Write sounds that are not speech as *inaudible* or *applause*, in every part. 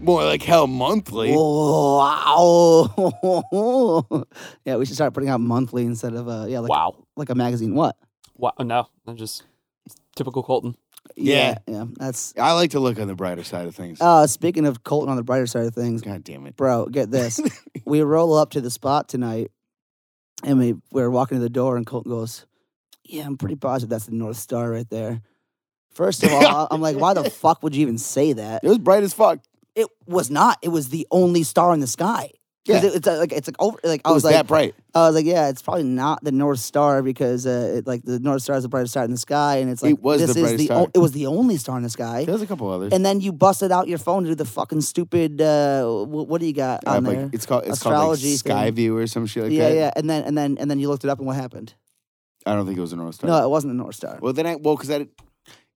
more like hell monthly. Wow. *laughs* yeah, we should start putting out monthly instead of a yeah, like wow. like a magazine. What? Wow. No, I'm just typical Colton. Yeah. yeah, that's. I like to look on the brighter side of things. Uh, speaking of Colton on the brighter side of things, God damn it. bro, *laughs* get this. we roll up to the spot tonight, and we we're walking to the door, and Colton goes, "Yeah, I'm pretty positive that's the North Star right there." First of all, I'm like, *laughs* "Why the fuck would you even say that?" It was bright as fuck. It was not. It was the only star in the sky. 'Cause Yeah. it- it's uh, like it's like over. Like It I was, was like, that bright. I was like, yeah, it's probably not the North Star because uh, it, like the North Star is the brightest star in the sky, and it's It like was the this is brightest the star. o- it was the only star in the sky. There's a couple others. And then you busted out your phone to do the fucking stupid. Uh, wh- what do you got I on have, there? like, it's called it's Astrology called like Sky thing. View or some shit like yeah, that. yeah. And then and then and then you looked it up, and what happened? I don't think it was a North Star. No, it wasn't the North Star. Well, then I well because I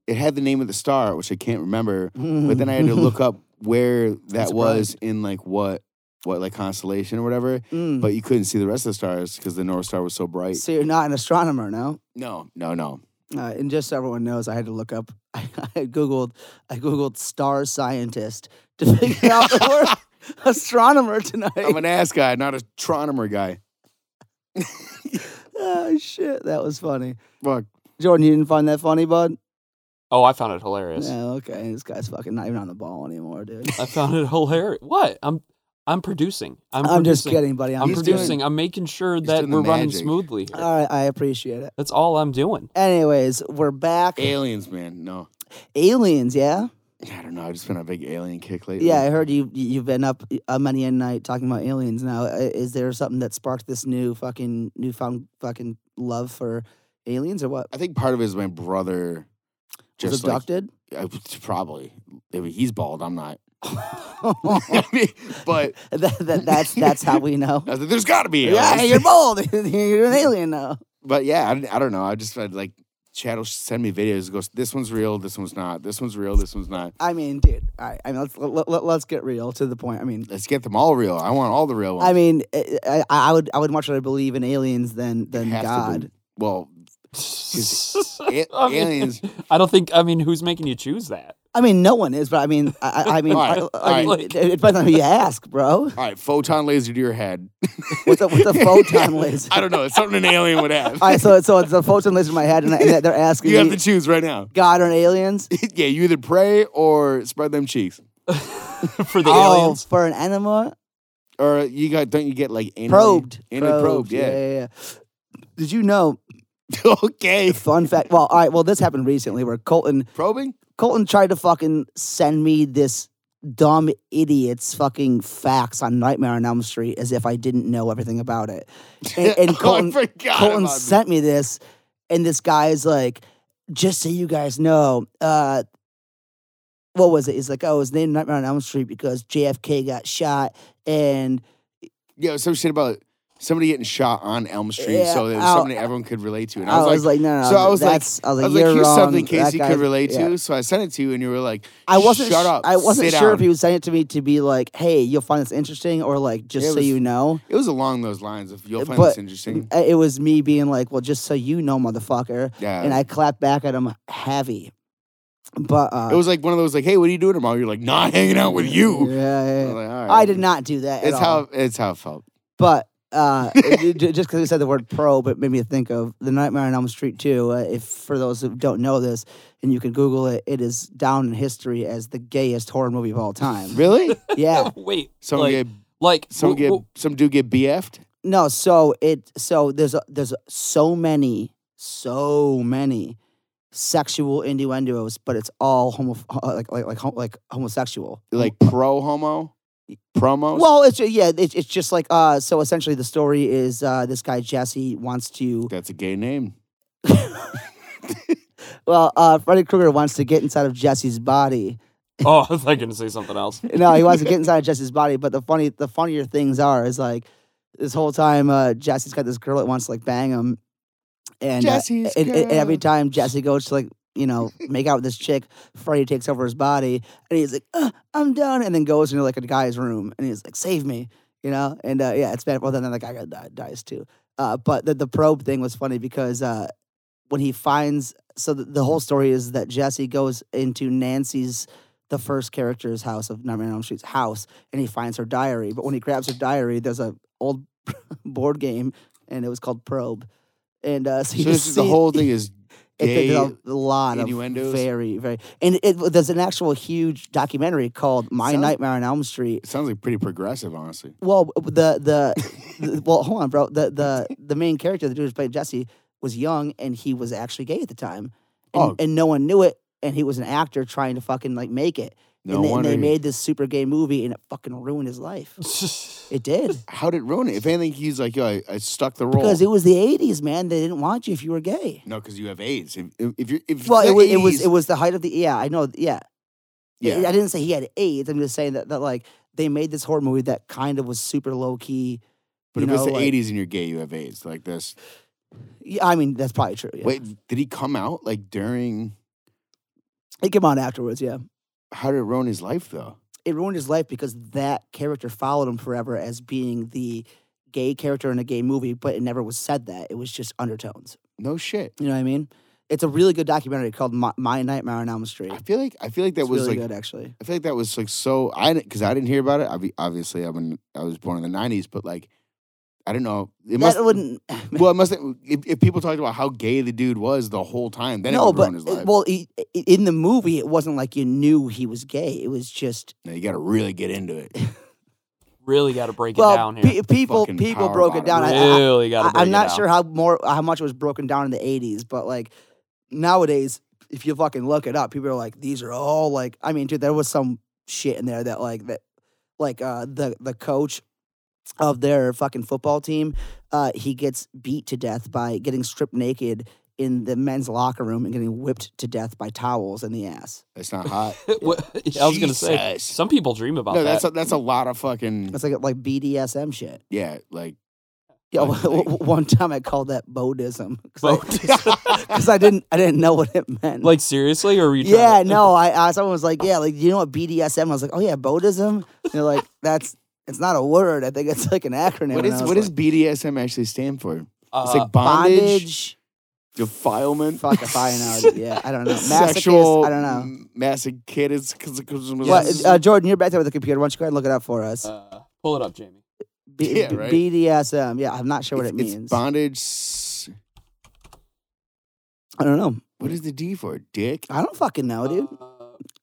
it had the name of the star, which I can't remember. But then I *laughs* had to Mm-hmm. look up where that That's was in like what what like constellation or whatever. Mm. But you couldn't see the rest of the stars because the North Star was so bright. so you're not an astronomer, no? No, no, no. Uh, and just so everyone knows, I had to look up. *laughs* I, googled. I googled star scientist to *laughs* figure out the *laughs* word astronomer tonight. I'm an ass guy, not a astronomer guy. *laughs* oh shit, that was funny. Fuck. Jordan, you didn't find that funny, bud? Oh, I found it hilarious. Yeah, okay. This guy's fucking not even on the ball anymore, dude. I found it *laughs* hilarious. What? I'm I'm producing. I'm, I'm just producing. kidding, buddy. I'm I'm He's doing- producing. I'm making sure he's that doing the we're running magic. smoothly. Here. all right, I appreciate it. That's all I'm doing. Anyways, we're back. Aliens, man. No. Aliens, yeah, I don't know. I've just been on a big alien kick lately. yeah. I heard you. You've been up uh, many a night talking about aliens. Now, I- is there something that sparked this new fucking newfound fucking love for aliens or what? I think part of it is my brother Was just like, abducted? I would- probably. I mean, he's bald. I'm not. *laughs* I mean, but *laughs* that, that, that's that's how *laughs* we know. I was like, there's got to be aliens. Yeah, you're bold. *laughs* you're an alien now. but yeah, I, didn't- I don't know. I just I'd like Chad will send me videos. Goes, this one's real. This one's not. This one's real. This one's not. I mean, dude. All right. I mean, let's let, let, let's get real to the point. I mean, Let's get them all real. I want all the real ones. I mean, I, I- I would I would much rather believe in aliens than than Have to God. be- *laughs* Well, a- I mean, aliens. *laughs* I don't think. I mean, who's making you choose that? *laughs* I mean, no one is, but I mean, I, I- *laughs* I mean, I, Alright, I mean, alright. it, it depends on who you ask, bro. All right, photon laser to your head. What's *laughs* a, what's a photon laser? I don't know. It's something an alien would have. All right, so so it's a photon laser in my head, and, and they're *laughs* asking you have me, to choose right now. *laughs* *laughs* God or aliens? yeah, you either pray or spread them cheeks, For the oh, aliens, *laughs* for an animal or you got don't you get like anally, probed, anally probed? yeah. Yeah. yeah, yeah. Did you know? *laughs* okay, Fun fact. Well, all right. Well, this happened recently where Colton probing. Colton tried to fucking send me this dumb idiot's fucking facts on Nightmare on Elm Street as if I didn't know everything about it. And, and Colton, *laughs* oh, I forgot Colton about sent me this, and this guy is like, just so you guys know, uh, what was it? He's like, oh, his name Nightmare on Elm Street because JFK got shot and Yeah, it was some shit about somebody getting shot on Elm Street, Yeah, so there was ow. something everyone could relate to. And I was, like, no, no. so I was like- that's, I was I like, was like, you're here's wrong. something That Casey guy- could relate yeah." to. So I sent it to you, and you were like, I wasn't. Shut sh- up. I wasn't Sit sure down." if he was saying it to me to be like, "Hey, you'll find this interesting," or like, "Just It so was- you know." It was along those lines of you'll find But- this *laughs* interesting. Uh, It was me being like, "Well, just so you know, motherfucker," Yeah. and I clapped back at him heavy. But uh, it was like one of those like, hey, what are you doing tomorrow? You're like, not hanging out with you. Yeah, yeah, I, was yeah. like, "All I right." did not do that. at It's all. how it's how it felt. But *laughs* uh, it- ju- just because we said the word probe, it made me think of the Nightmare on Elm Street too. Uh, if for those who don't know this, and you can Google it, it is down in history as the gayest horror movie of all time. *laughs* Really? yeah. wait. Some like, get like some wh- get wh- some dude get BF'd. No, so it so there's a, there's so many so many sexual innuendos, but it's all homo uh, like like like hom- like homosexual. Like pro homo? Promo? Well, it's yeah, it's it's just like uh. So essentially, the story is uh, this guy Jesse wants to That's a gay name. well, uh, Freddy Krueger wants to get inside of Jesse's body. *laughs* oh, I was like gonna say something else. *laughs* *laughs* No, he wants to get inside of Jesse's body. But the funny, the funnier things are is like this whole time uh, Jesse's got this girl that wants to like bang him, and uh, Jesse's and, and- and every girl. time Jesse goes to like you know make out with this chick, Freddy takes over his body and he's like, "Ugh, I'm done, and then goes into like a guy's room and he's like, save me, you know, and uh, yeah, it's bad. Well, then the guy got- di- dies too. Uh, but the, the probe thing was funny because uh, when he finds, so the, the whole story is that Jesse goes into Nancy's the first character's house of Nightmare on Elm Street's house, and he finds her diary. But when he grabs her diary, there's a old *laughs* board game, and it was called Probe. And uh, so, So you this just is- the see- whole thing *laughs* is it, gay. there's a lot innuendos. of very, very, and it, there's an actual huge documentary called "My Sounds- Nightmare on Elm Street." It sounds like pretty progressive, honestly. Well, the the, *laughs* the well, hold on, bro. The the the main character, the dude who played Jesse, was young and he was actually gay at the time, and, Oh. and no one knew it, and he was an actor trying to fucking like make it. No and they, and wonder. they he- made this super gay movie, and it fucking ruined his life. *laughs* It did how did it ruin it? If anything, he's like, yo, I, I stuck the role. because it was the '80s, man. They didn't want you if you were gay. no, because you have AIDS. If, if- if you're, if Well, the it was, it was 80s it was the height of the yeah. I know yeah. yeah. I didn't say he had AIDS. I'm just saying that, that like they made this horror movie that kind of was super low key. but you if it's know, the like- '80s and you're gay, you have AIDS. Like this. Yeah, I mean that's probably true. Yeah. Wait, did he come out like during? it came on afterwards. Yeah, How did it ruin his life though? it ruined his life because that character followed him forever as being the gay character in a gay movie, but it never was said that. It was just undertones. No shit. You know what I mean? It's a really good documentary called My, My Nightmare on Elm Street. I feel like I feel like that it's was really like good actually. I feel like that was like so I because I didn't hear about it. Obvi- Obviously, I mean, I was born in the '90s, but like I don't know. It must that wouldn't. *sighs* well, it must if, if people talked about how gay the dude was the whole time, then it no, would but ruin his life. well, he, i- in the movie, it wasn't like you knew he was gay. It was just now you got to really get into *laughs* it. really got to break it down pe- here. people Fucking people power broke it down. bottom. I, I, really got to break I, am it not down. sure how more how much it was broken down in the '80s, but like nowadays, if you fucking look it up, people are like, these are all like. I mean, dude, there was some shit in there that like that like uh the the coach of their fucking football team, uh, he gets beat to death by getting stripped naked in the men's locker room and getting whipped to death by towels in the ass. It's not hot. *laughs* What- I was gonna say Jesus. some people dream about no, that. that's a, that's a lot of fucking That's like like BDSM shit. yeah. Like Yeah, *laughs* Like- w- like- one time I called that bodism *laughs* Bodism. because I, didn't I didn't know what it *laughs* meant. like seriously, or were you? trying yeah, to- no, I, I someone was like, yeah, like you know what BDSM? I was like, oh yeah, bodism. And they're like, *laughs* that's it's not a word. I think it's like an acronym. what And is I was what does like, BDSM actually stand for? Uh, It's like bondage, bondage? defilement, Fuck if I *laughs* know. dude. Yeah, I don't know. Masochist, sexual, I don't know. m- masochism. What, uh, Jordan, you're back there with the computer. Why don't you go ahead and look it up for us? uh, pull it up, Jamie. B- yeah, B- right. BDSM. Yeah, I'm not sure what it's, it it's means. bondage. s- I don't know. What is the D for? Dick, I don't fucking know, Oh, dude. Uh,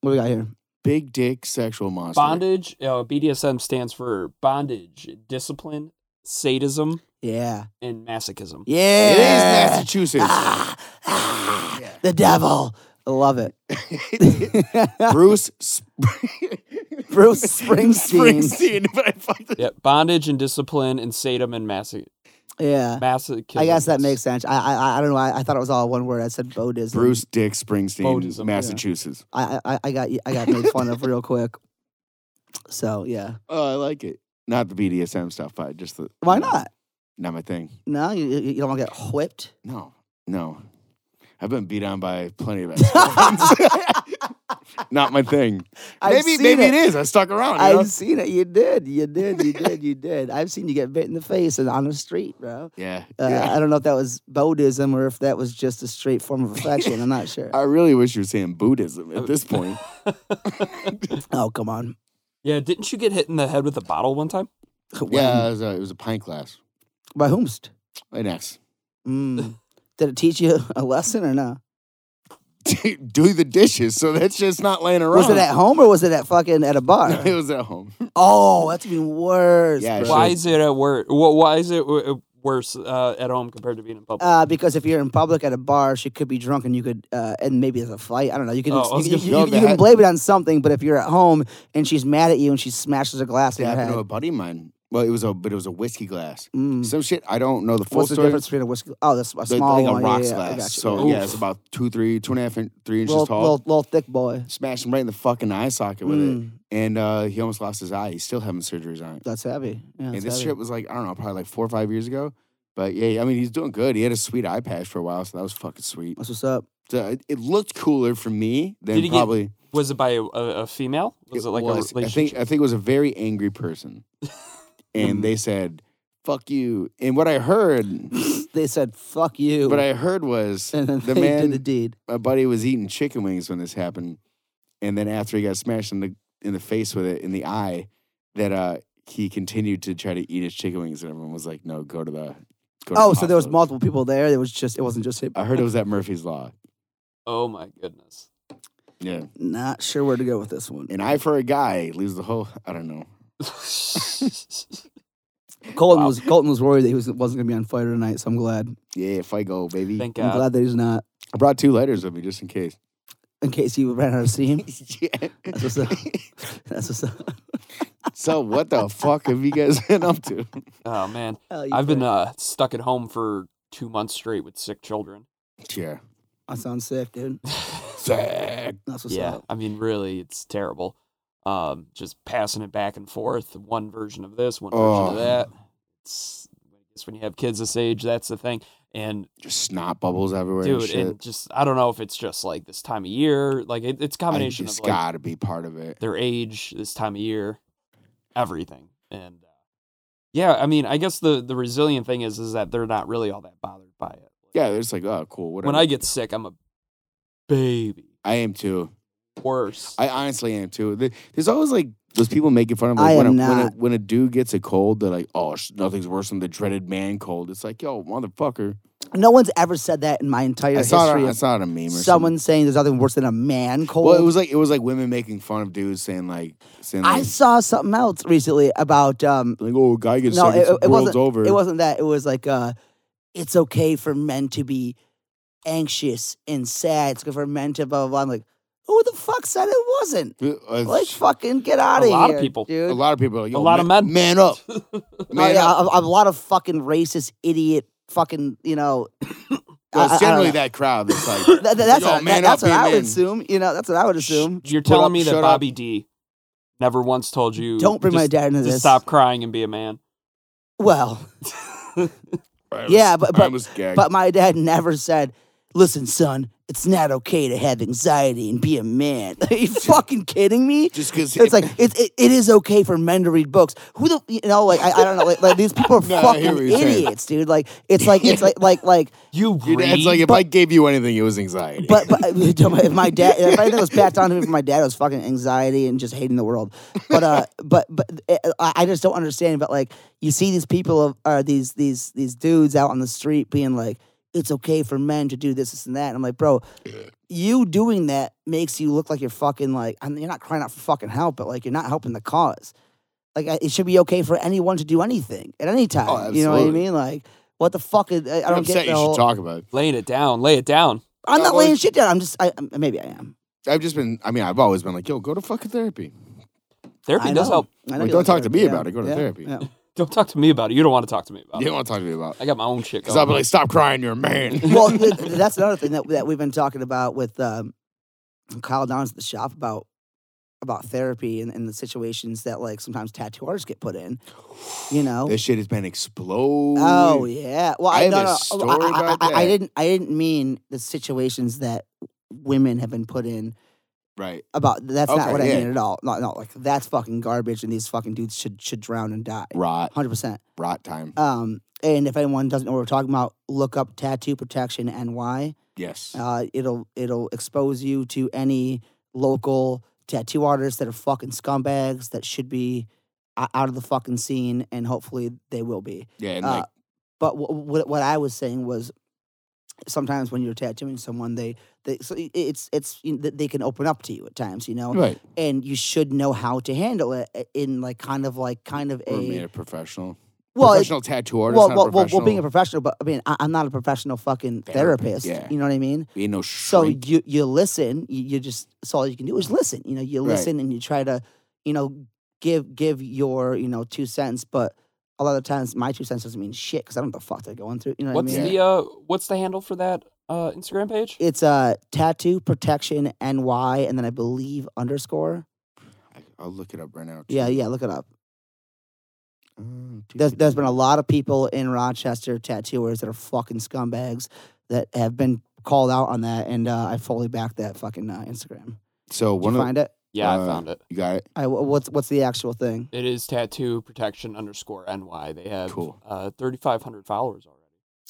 What do we got here? big dick, sexual monster. bondage. Uh, BDSM stands for bondage, discipline, sadism, Yeah. and masochism. Yeah. It is Massachusetts. Ah, ah, Yeah. The devil. I love it. *laughs* *laughs* Bruce. Sp- *laughs* Bruce Springsteen. Springsteen, but I fucked it. Yeah, bondage and discipline and sadism and masoch- yeah. masochism. I guess that makes sense. I I, I- I don't know. I, I thought it was all one word. I said Bodism. Bruce Dick Springsteen, Bodism, yeah. Massachusetts. I, I I got I got made fun of real quick. So yeah. Oh, I like it. Not the BDSM stuff, but just the. Why no, not? Not my thing. No, you, you you don't want to get *laughs* whipped. No, no. I've been beat on by plenty *laughs* of ex-girlfriends. Not my thing. I've maybe seen maybe it. it is. I stuck around. You know? I've seen it. You did. You did. You did. *laughs* You did. I've seen you get bit in the face and on the street, bro. Yeah. Uh, yeah. I don't know if that was Bodism or if that was just a straight form of affection. I'm *laughs* not sure. I really wish you were saying Buddhism at this point. Oh come on. Yeah, didn't you get hit in the head with a bottle one time? *laughs* When? yeah, it was, a, it was a pint glass. By whomst? An ex. *laughs* Mm. Did it teach you a lesson or no? Do the dishes, so that's just not laying around. Was *laughs* it at home or was it at fucking at a bar? it was at *laughs* home. oh, that's even worse. Yeah, bro. sure. Why is it at work? Why is it w- w- worse uh, at home compared to being in public? Uh, because if you're in public at a bar, she could be drunk and you could, uh, and maybe there's a fight. I don't know. You can, Oh, I was you, gonna- you- No, you- you that- can blame it on something, but if you're at home and she's mad at you and she smashes a glass It in your happened to a head, buddy of mine. Well, it was a but it was a whiskey glass. mm. Some shit I don't know the full what's the story. difference between a whiskey? Oh, that's a Like- small like one. a rocks yeah, yeah, I glass. got you. So Yeah. yeah, it's about two, three, two and a half, in- three inches little, tall. little, little thick boy. Smashed him right in the fucking eye socket with it, Mm, and uh, he almost lost his eye. He's still having surgeries on it. that's heavy. Yeah, and that's this heavy. shit was like I don't know, probably like four or five years ago. But yeah, I mean he's doing good. He had a sweet eye patch for a while, so that was fucking sweet. That's what's up. *laughs* So it, it looked cooler for me than Did he get- probably. was it by a, a, a female? Was it, like was. a I relationship? think I think it was a very angry person, and they said "fuck you." And what I heard, They said, fuck you. what I heard was *laughs* and then the they man, did the deed. my buddy, was eating chicken wings when this happened, and then after he got smashed in the in the face with it in the eye, that uh he continued to try to eat his chicken wings, and everyone was like, "No, go to the." Go to Oh, the so there was hospital." multiple people there. It was just it wasn't just him. I heard it was at Murphy's Law. Oh my *laughs* goodness. *laughs* Yeah, Not sure where to go with this one. an eye for a guy leaves the whole. I don't know. Colton Wow. was Colton was worried that he was, wasn't going to be on fire tonight, so I'm glad. Yeah, Figo, baby. Thank I'm God. glad that he's not. I brought two lighters with me just in case. In case he ran out of *laughs* steam. yeah. *laughs* That's what's up. That's what's up. *laughs* so what the fuck have you guys *laughs* been up to? Oh man, Hell, you I've been prick. uh, stuck at home for two months straight with sick children. *laughs* Yeah. I sound sick, dude. Sick. That's what's yeah, up. I mean, really, it's terrible. Um, just passing it back and forth, one version of this, one version Oh. of that. It's, it's when you have kids this age, that's the thing. And Just snot bubbles everywhere and dude, shit. and just I don't know if it's just like this time of year, like it, it's a I combination of just like gotta be part of it. their age, this time of year, everything. And uh, yeah, I mean, I guess the the resilient thing is is that they're not really all that bothered by it. Yeah, it's like, oh, cool. Whatever. when I get sick, I'm a baby. I am too. Worse. I honestly am too. Th- There's always like those people making fun of like, I when, am a, when, a, not. when a dude gets a cold, they're like, oh, sh- nothing's worse than the dreaded man cold. It's like, yo, motherfucker. No one's ever said that in my entire I saw, it history. on, I of saw it on a meme or something. someone saying there's nothing worse than a man cold. Well, it was like it was like women making fun of dudes saying like saying like, I saw something else recently about um, like oh, a guy gets No, sick, it's it- it the world's wasn't- over. It wasn't that. It was like uh it's okay for men to be anxious and sad. It's good for men to blah blah blah. I'm like, who the fuck said it wasn't? Uh, Let's fucking get out of here. lot of people. a dude. lot of people are like, a yo, lot of man- men. Man up. No, Man yeah, up. a, a lot of fucking racist idiot fucking, you know. *coughs* I- I- I Well, don't it's generally know. that crowd that's *laughs* like, That- that- that's Yo, what, man that's up, what be a I would man. assume. You know, that's what I would Sh- assume. *laughs* You're Put telling up, me shut that up. Bobby D never once told you Don't bring my just- dad into just this. stop crying and be a man. Well, I was- Yeah, but- I but- was gagged. But my dad never said, "Listen, son, it's not okay to have anxiety and be a man." *laughs* Are you fucking kidding me? just because It's like it, it, it is okay for men to read books. Who the you know like I, I don't know like, like *laughs* these people are No, I hear fucking what you're saying. idiots, dude. Like it's like *laughs* it's like like like You Your read. dad's like, if I gave you anything, it was anxiety. but, but *laughs* if my dad if anything was passed on to me from my dad it was fucking anxiety and just hating the world. But uh *laughs* but but uh, I I just don't understand. But like you see these people of uh, these these these dudes out on the street being like it's okay for men to do this this and that. And I'm like bro. You doing that makes you look like you're fucking like I mean, you're not crying out for fucking help, but like you're not helping the cause. Like I- it should be okay for anyone to do anything at any time. you know what I Oh, absolutely. mean? Like what the fuck? Is, I, I I'm don't upset get the you whole, should talk about it. laying it down, lay it down. I'm I've not always- laying shit down. I'm just, I, I- maybe I am. I've just been, I mean, I've always been like, yo, go to fucking therapy. Therapy I does know. help. I know Like, you don't like talk to me therapy. about it. Go to therapy. *laughs* yeah. Don't talk to me about it. You don't want to talk to me about You it. don't want to talk to me about Oh. I got my own shit Because I'll going. be like, stop crying, you're a man. well, th- th- that's another thing that, that we've been talking about with um, Kyle Downs at the shop about about therapy and, and the situations that like sometimes tattoo artists get put in. *laughs* You know. this shit has been exploding. Oh yeah. Well, I I, have no, a no, story I, I- I- about I- I that. didn't. I didn't mean the situations that women have been put in. Right. About that's not Okay, what I yeah. mean at all. Not, not like that's fucking garbage, and these fucking dudes should should drown and die. Rot. Hundred percent. Rot time. Um, and if anyone doesn't know what we're talking about, look up Tattoo Protection NY. Yes. Uh, it'll it'll expose you to any local tattoo artists that are fucking scumbags that should be o- out of the fucking scene, and hopefully they will be. yeah. And uh, like, But what what what I was saying was, sometimes when you're tattooing someone, they they so i- it's it's you know, they- they can open up to you at times, you know, right. and you should know how to handle it i- in like kind of like kind of We're made a a professional. eh. well. it- professional tattoo artist. well, not a well, well, well, professional- being a professional, but I mean, I, I'm not a professional fucking Therapist, therapist. yeah. You know what I mean? we ain't no So shrink. you you listen. You, you just so all you can do is listen. You know, you Right. listen and you try to, you know, give give your you know two cents. But a lot of times, my two cents doesn't mean shit because I don't know the fuck they're going through. You know what what's I mean? the uh what's the handle for that uh Instagram page? It's uh, tattoo protection ny, and then I believe underscore. I- I'll look it up right now. Yeah, too. yeah. Look it up. Uh, There's, there's been a lot of people in Rochester tattooers that are fucking scumbags that have been called out on that, and uh, I fully back that fucking uh, Instagram. So Did you one of the, find it? Yeah, Uh, I found it. you got it. I, wh- what's what's the actual thing? It is tattoo protection underscore ny. They have Cool. uh, 3,500 followers already.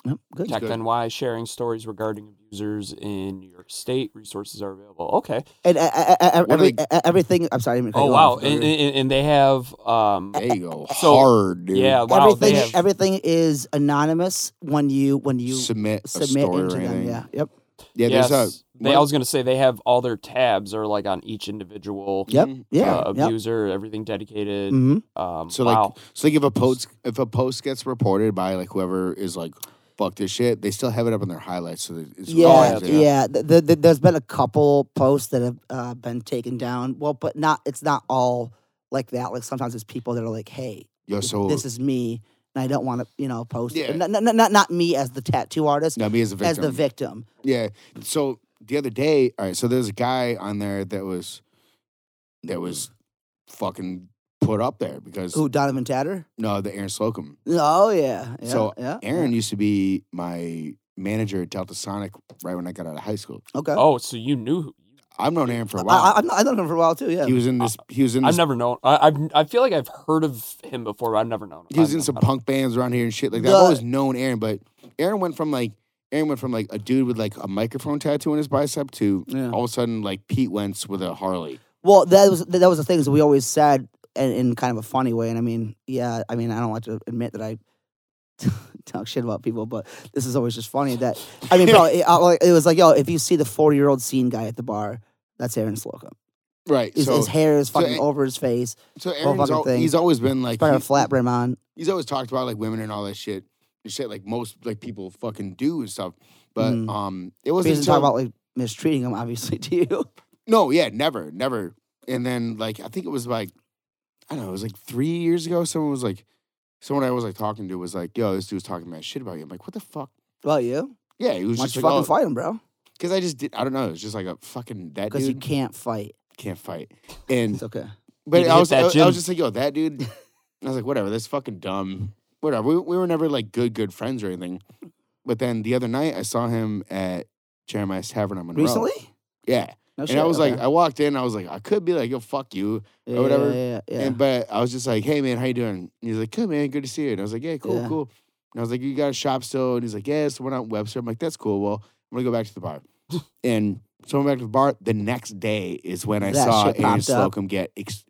Yep, good. Tech- Tech NY sharing stories regarding abusers in New York State. Resources are available. Okay. And uh, uh, uh, What are every, they- uh, everything. I'm sorry. I didn't mean to cut Oh you wow, off. and, and, and they have um There you *laughs* go. So- Hard, dude. yeah, wow, they Everything. have Everything is anonymous when you when you submit a submit story into or them. anything. Yeah. Yep. Yeah, yes, there's a they I was gonna say they have all their tabs are like on each individual Yep. Mm-hmm. Yeah. uh, yep. abuser, everything dedicated. hmm Um So wow. like, so like if a post if a post gets reported by like whoever is like fuck this shit, they still have it up in their highlights. So that it's Yeah, always, yeah. Th- th- th- there's been a couple posts that have uh, been taken down. Well, but not. It's not all like that. Like sometimes it's people that are like, "Hey, Yo, Uh, so this is me, and I don't want to, you know, post it." Yeah. Not, not, not, not me as the tattoo artist, now me as a victim. as the victim. yeah. So the other day, all right. So there's a guy on there that was that was fucking put up there because Who Donovan Tatter? no, the Aaron Slocum. Oh yeah. yeah So, yeah, Aaron used to be my manager at Delta Sonic right when I got out of high school. yeah. Okay. oh, so you knew who I've known Aaron for a while. I, I, I've kno- I've known him for a while too. Yeah. he was in this. He was in I've this. never known. I, I've I feel like I've heard of him before. But I've never known. Him. He was I've in never some met him. punk bands around here and shit like that. The- I've always known Aaron, but Aaron went from like Aaron went from like a dude with like a microphone tattoo on his bicep to Yeah. all of a sudden like Pete Wentz with a Harley. Well, that was that was the things we always said in, in kind of a funny way. And I mean, yeah, I mean, I don't like to admit that I *laughs* talk shit about people, but this is always just funny. That I mean, bro, it, I- like, it was like, yo, if you see the forty year old scene guy at the bar, that's Aaron Slocum. Right. His, so his hair is so fucking it- over his face. so whole Aaron's fucking al- thing. he's always been He's like probably got a he- flat brim on. he's always talked about like women and all that shit. And shit like most like people fucking do and stuff. But Mhm. um it He wasn't doesn't talk until- about like mistreating him, obviously, *laughs* to you. No, yeah, never, never. And then like I think it was like I don't know, it was like three years ago. Someone was like, someone I was like talking to was like, "Yo, this dude's talking mad shit about you." I'm like, "What the fuck?" Well, you, Yeah, he was why don't just you like, fucking oh, fight him, bro? because I just did. I don't know. It was just like a fucking that Because you dude can't fight. can't fight. And It's okay. but to I hit was that I, was- I gym. was just like, yo, that *laughs* dude. I was like, whatever. That's fucking Mm-hmm. dumb. Whatever. We, we were never like good good friends or anything. But then the other night, I saw him at Jeremiah's Tavern on Monroe. Recently? Yeah. No and I was like, I walked in. I was like, I could be like, yo, fuck you. or whatever. uh, Yeah, yeah, yeah. And but I was just like, hey man, how you doing? And he's like, good man, good to see you. And I was like, yeah, cool, Yeah. cool. And I was like, you got a shop still? And he's like, yeah, so we're not Webster. I'm like, that's cool. Well, I'm gonna go back to the *laughs* bar. and so I went back to the bar. The next day is when I That saw shit Aaron popped up. Slocum get ex-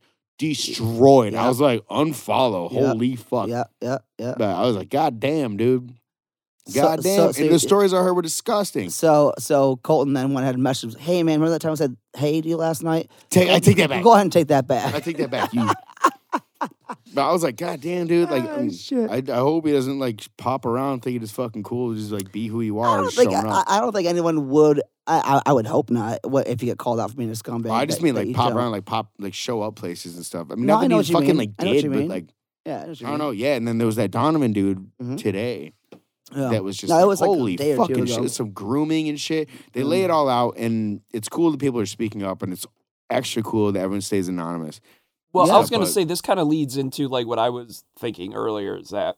destroyed. I Yep. was like, unfollow. Yep. Holy fuck. yeah, yeah, yeah. But I was like, God damn, dude. So- God damn. so- so and the you- stories I heard were disgusting. So so Colton then went ahead and messaged, "Hey man, remember that time I said hey to you last night? Take, *laughs* I take that back. Go ahead and take that back. I take that back. You. but I was like, God damn, dude. *laughs* Like, Ah, I'm- shit. I, I hope he doesn't like pop around thinking it's fucking cool. to Just like be who you I are. don't and think showing I, up. I- I don't think anyone would. I, I I would hope not. What if you get called out for being a scumbag? Well, I just that- mean that like you pop don't. around, like pop, like show up places and stuff. I mean, No, I nothing know he what you fucking mean. like I know what did, you but mean. like Yeah, what you I don't mean. know. Yeah, and then there was that Donovan dude Mhm. today Yeah. that was just No, it like, was, like, a holy day or two fucking ago. Mm. shit. Some grooming and shit. They lay it all out, and it's cool that people are speaking up, and it's extra cool that everyone stays anonymous. Well, Yeah, I was going but- to say this kind of leads into like what I was thinking earlier is that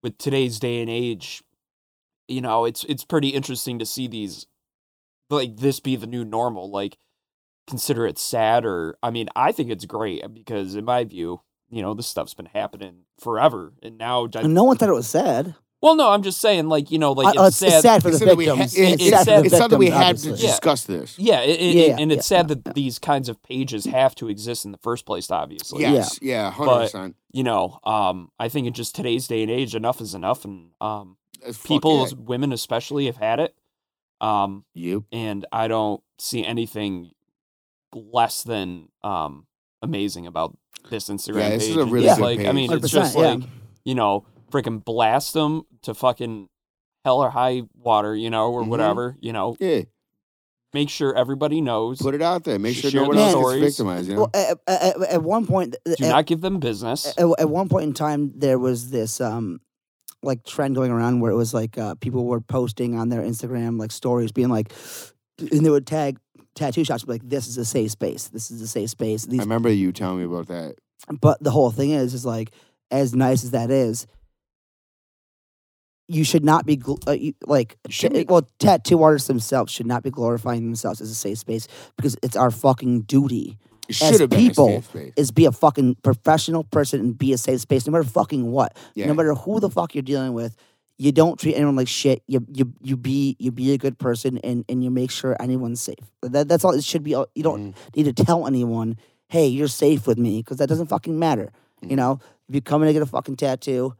with today's day and age, you know, it's it's pretty interesting to see these like this be the new normal. Like consider it sad or I mean, I think it's great because in my view, you know, this stuff's been happening forever and now And no one thought it was sad. Well, no, I'm just saying like, you know, like I- oh, it's sad. for the It's sad that we ha- victims. it- It's it's sad for sad- the it's sad that we victims, had to obviously. Yeah. discuss this. Yeah, it, it, Yeah, and it's yeah, sad that these kinds of pages have to exist in the first place obviously. Yes, yeah, hundred percent. you know, um, I think in just today's day and age, enough is enough, and um, people, women especially, have had it. Um, Yep. and I don't see anything less than um amazing about this Instagram Yeah, this page. is a It's really just good like I page. mean, it's 100%, just like yeah. you know, freaking blast them to fucking hell or high water, you know, or Mhm. whatever. You know, Yeah, make sure everybody knows. put it out there. Make sure Share no one the else stories. gets victimized. You know? Well, at, at, at one point, Do at- not give them business. at, at one point in time there was this um like trend going around where it was like uh, people were posting on their instagram like stories being like and they would tag tattoo shops be like this is a safe space this is a safe space I These, remember you telling me about that. but the whole thing is is like as nice as that is you should not be gl- uh, you, like You shouldn't ta- be- well tattoo artists themselves should not be glorifying themselves as a safe space because it's our fucking duty It As should have been a people, safe space. is be a fucking professional person and be a safe space no matter fucking what Yeah. no matter who the fuck you're dealing with you don't treat anyone like shit. You you you be you be a good person and and you make sure anyone's safe. That that's all it should be. all- You don't Mm. need to tell anyone, hey, you're safe with me, because that doesn't fucking matter. You Mm. know, if you come in to get a fucking tattoo,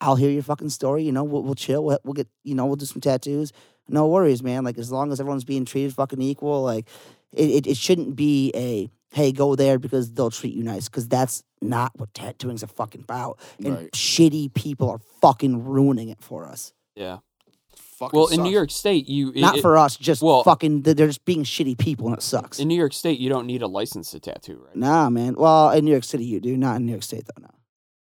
I'll hear your fucking story. You know, we'll, we'll chill. We'll, we'll get, you know, we'll do some tattoos. No worries, man. Like as long as everyone's being treated fucking equal, like it, it, it shouldn't be a hey go there because they'll treat you nice because that's not what tattooing's a fucking about. And Right. shitty people are fucking ruining it for us. Yeah. Fucking Well, in New sucks. York State, you it- not it- for us, just well- fucking. They're they're just being shitty people, and it sucks. in New York State, you don't need a license to tattoo, right? nah, man. Well, in New York City, you do. Not in New York State, though. No.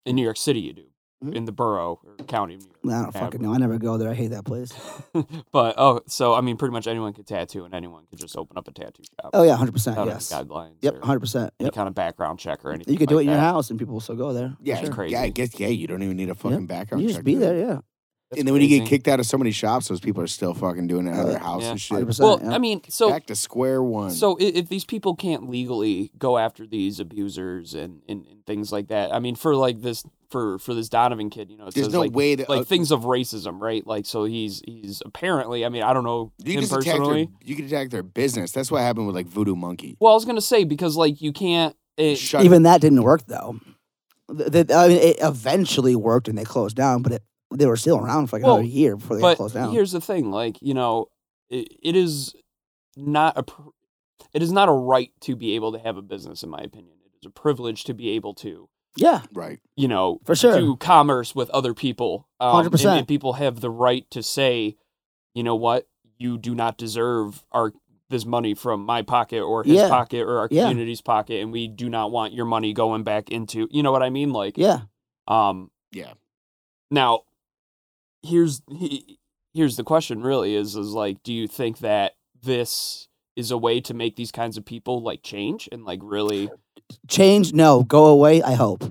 In New York City, you do. Mhm. In the borough or county of New York. No, I don't Yeah, fucking know. I never go there. I hate that place. *laughs* but oh, so I mean, pretty much anyone could tattoo, and anyone could just open up a tattoo shop. Oh yeah, hundred percent. without any Yes. guidelines. Yep, or hundred percent. any Yep. kind of background check or anything. You could do it like in your that. house, and people will still go there. Yeah, sure. crazy. yeah, I guess yeah, you don't even need a fucking background You check. just be dude. there, yeah. That's And then when you get crazy. kicked out of so many shops, those people are still fucking doing it out of their house Yeah. and shit. Uh, Hundred percent. well, I mean, so Back to square one. So i- if these people can't legally go after these abusers and, and, and things like that, I mean, for like this for for this Donovan kid, you know, it there's says no like way that like uh, things of racism, right? Like so he's he's apparently, I mean, I don't know you can him just attack their, personally. you can attack their business. That's what happened with like Voodoo Monkey. Well, I was gonna say because like you can't. It, Shut even that didn't work though. The, the- I mean, it eventually worked, and they closed down, but it, they were still around for like Well, another year before they got but closed down. here's the thing, like you know, it, it is not a pr- it is not a right to be able to have a business, in my opinion. It is a privilege to be able to yeah, right. you know for sure. do commerce with other people. Um, 100%. And, and people have the right to say, you know what, you do not deserve our this money from my pocket or his Yeah. pocket or our Yeah. community's pocket, and we do not want your money going back into. You know what I mean? Like, yeah, um, Yeah. now here's he, here's the question. Really, is is like, do you think that this is a way to make these kinds of people like change and like really? change. No, go away. I hope.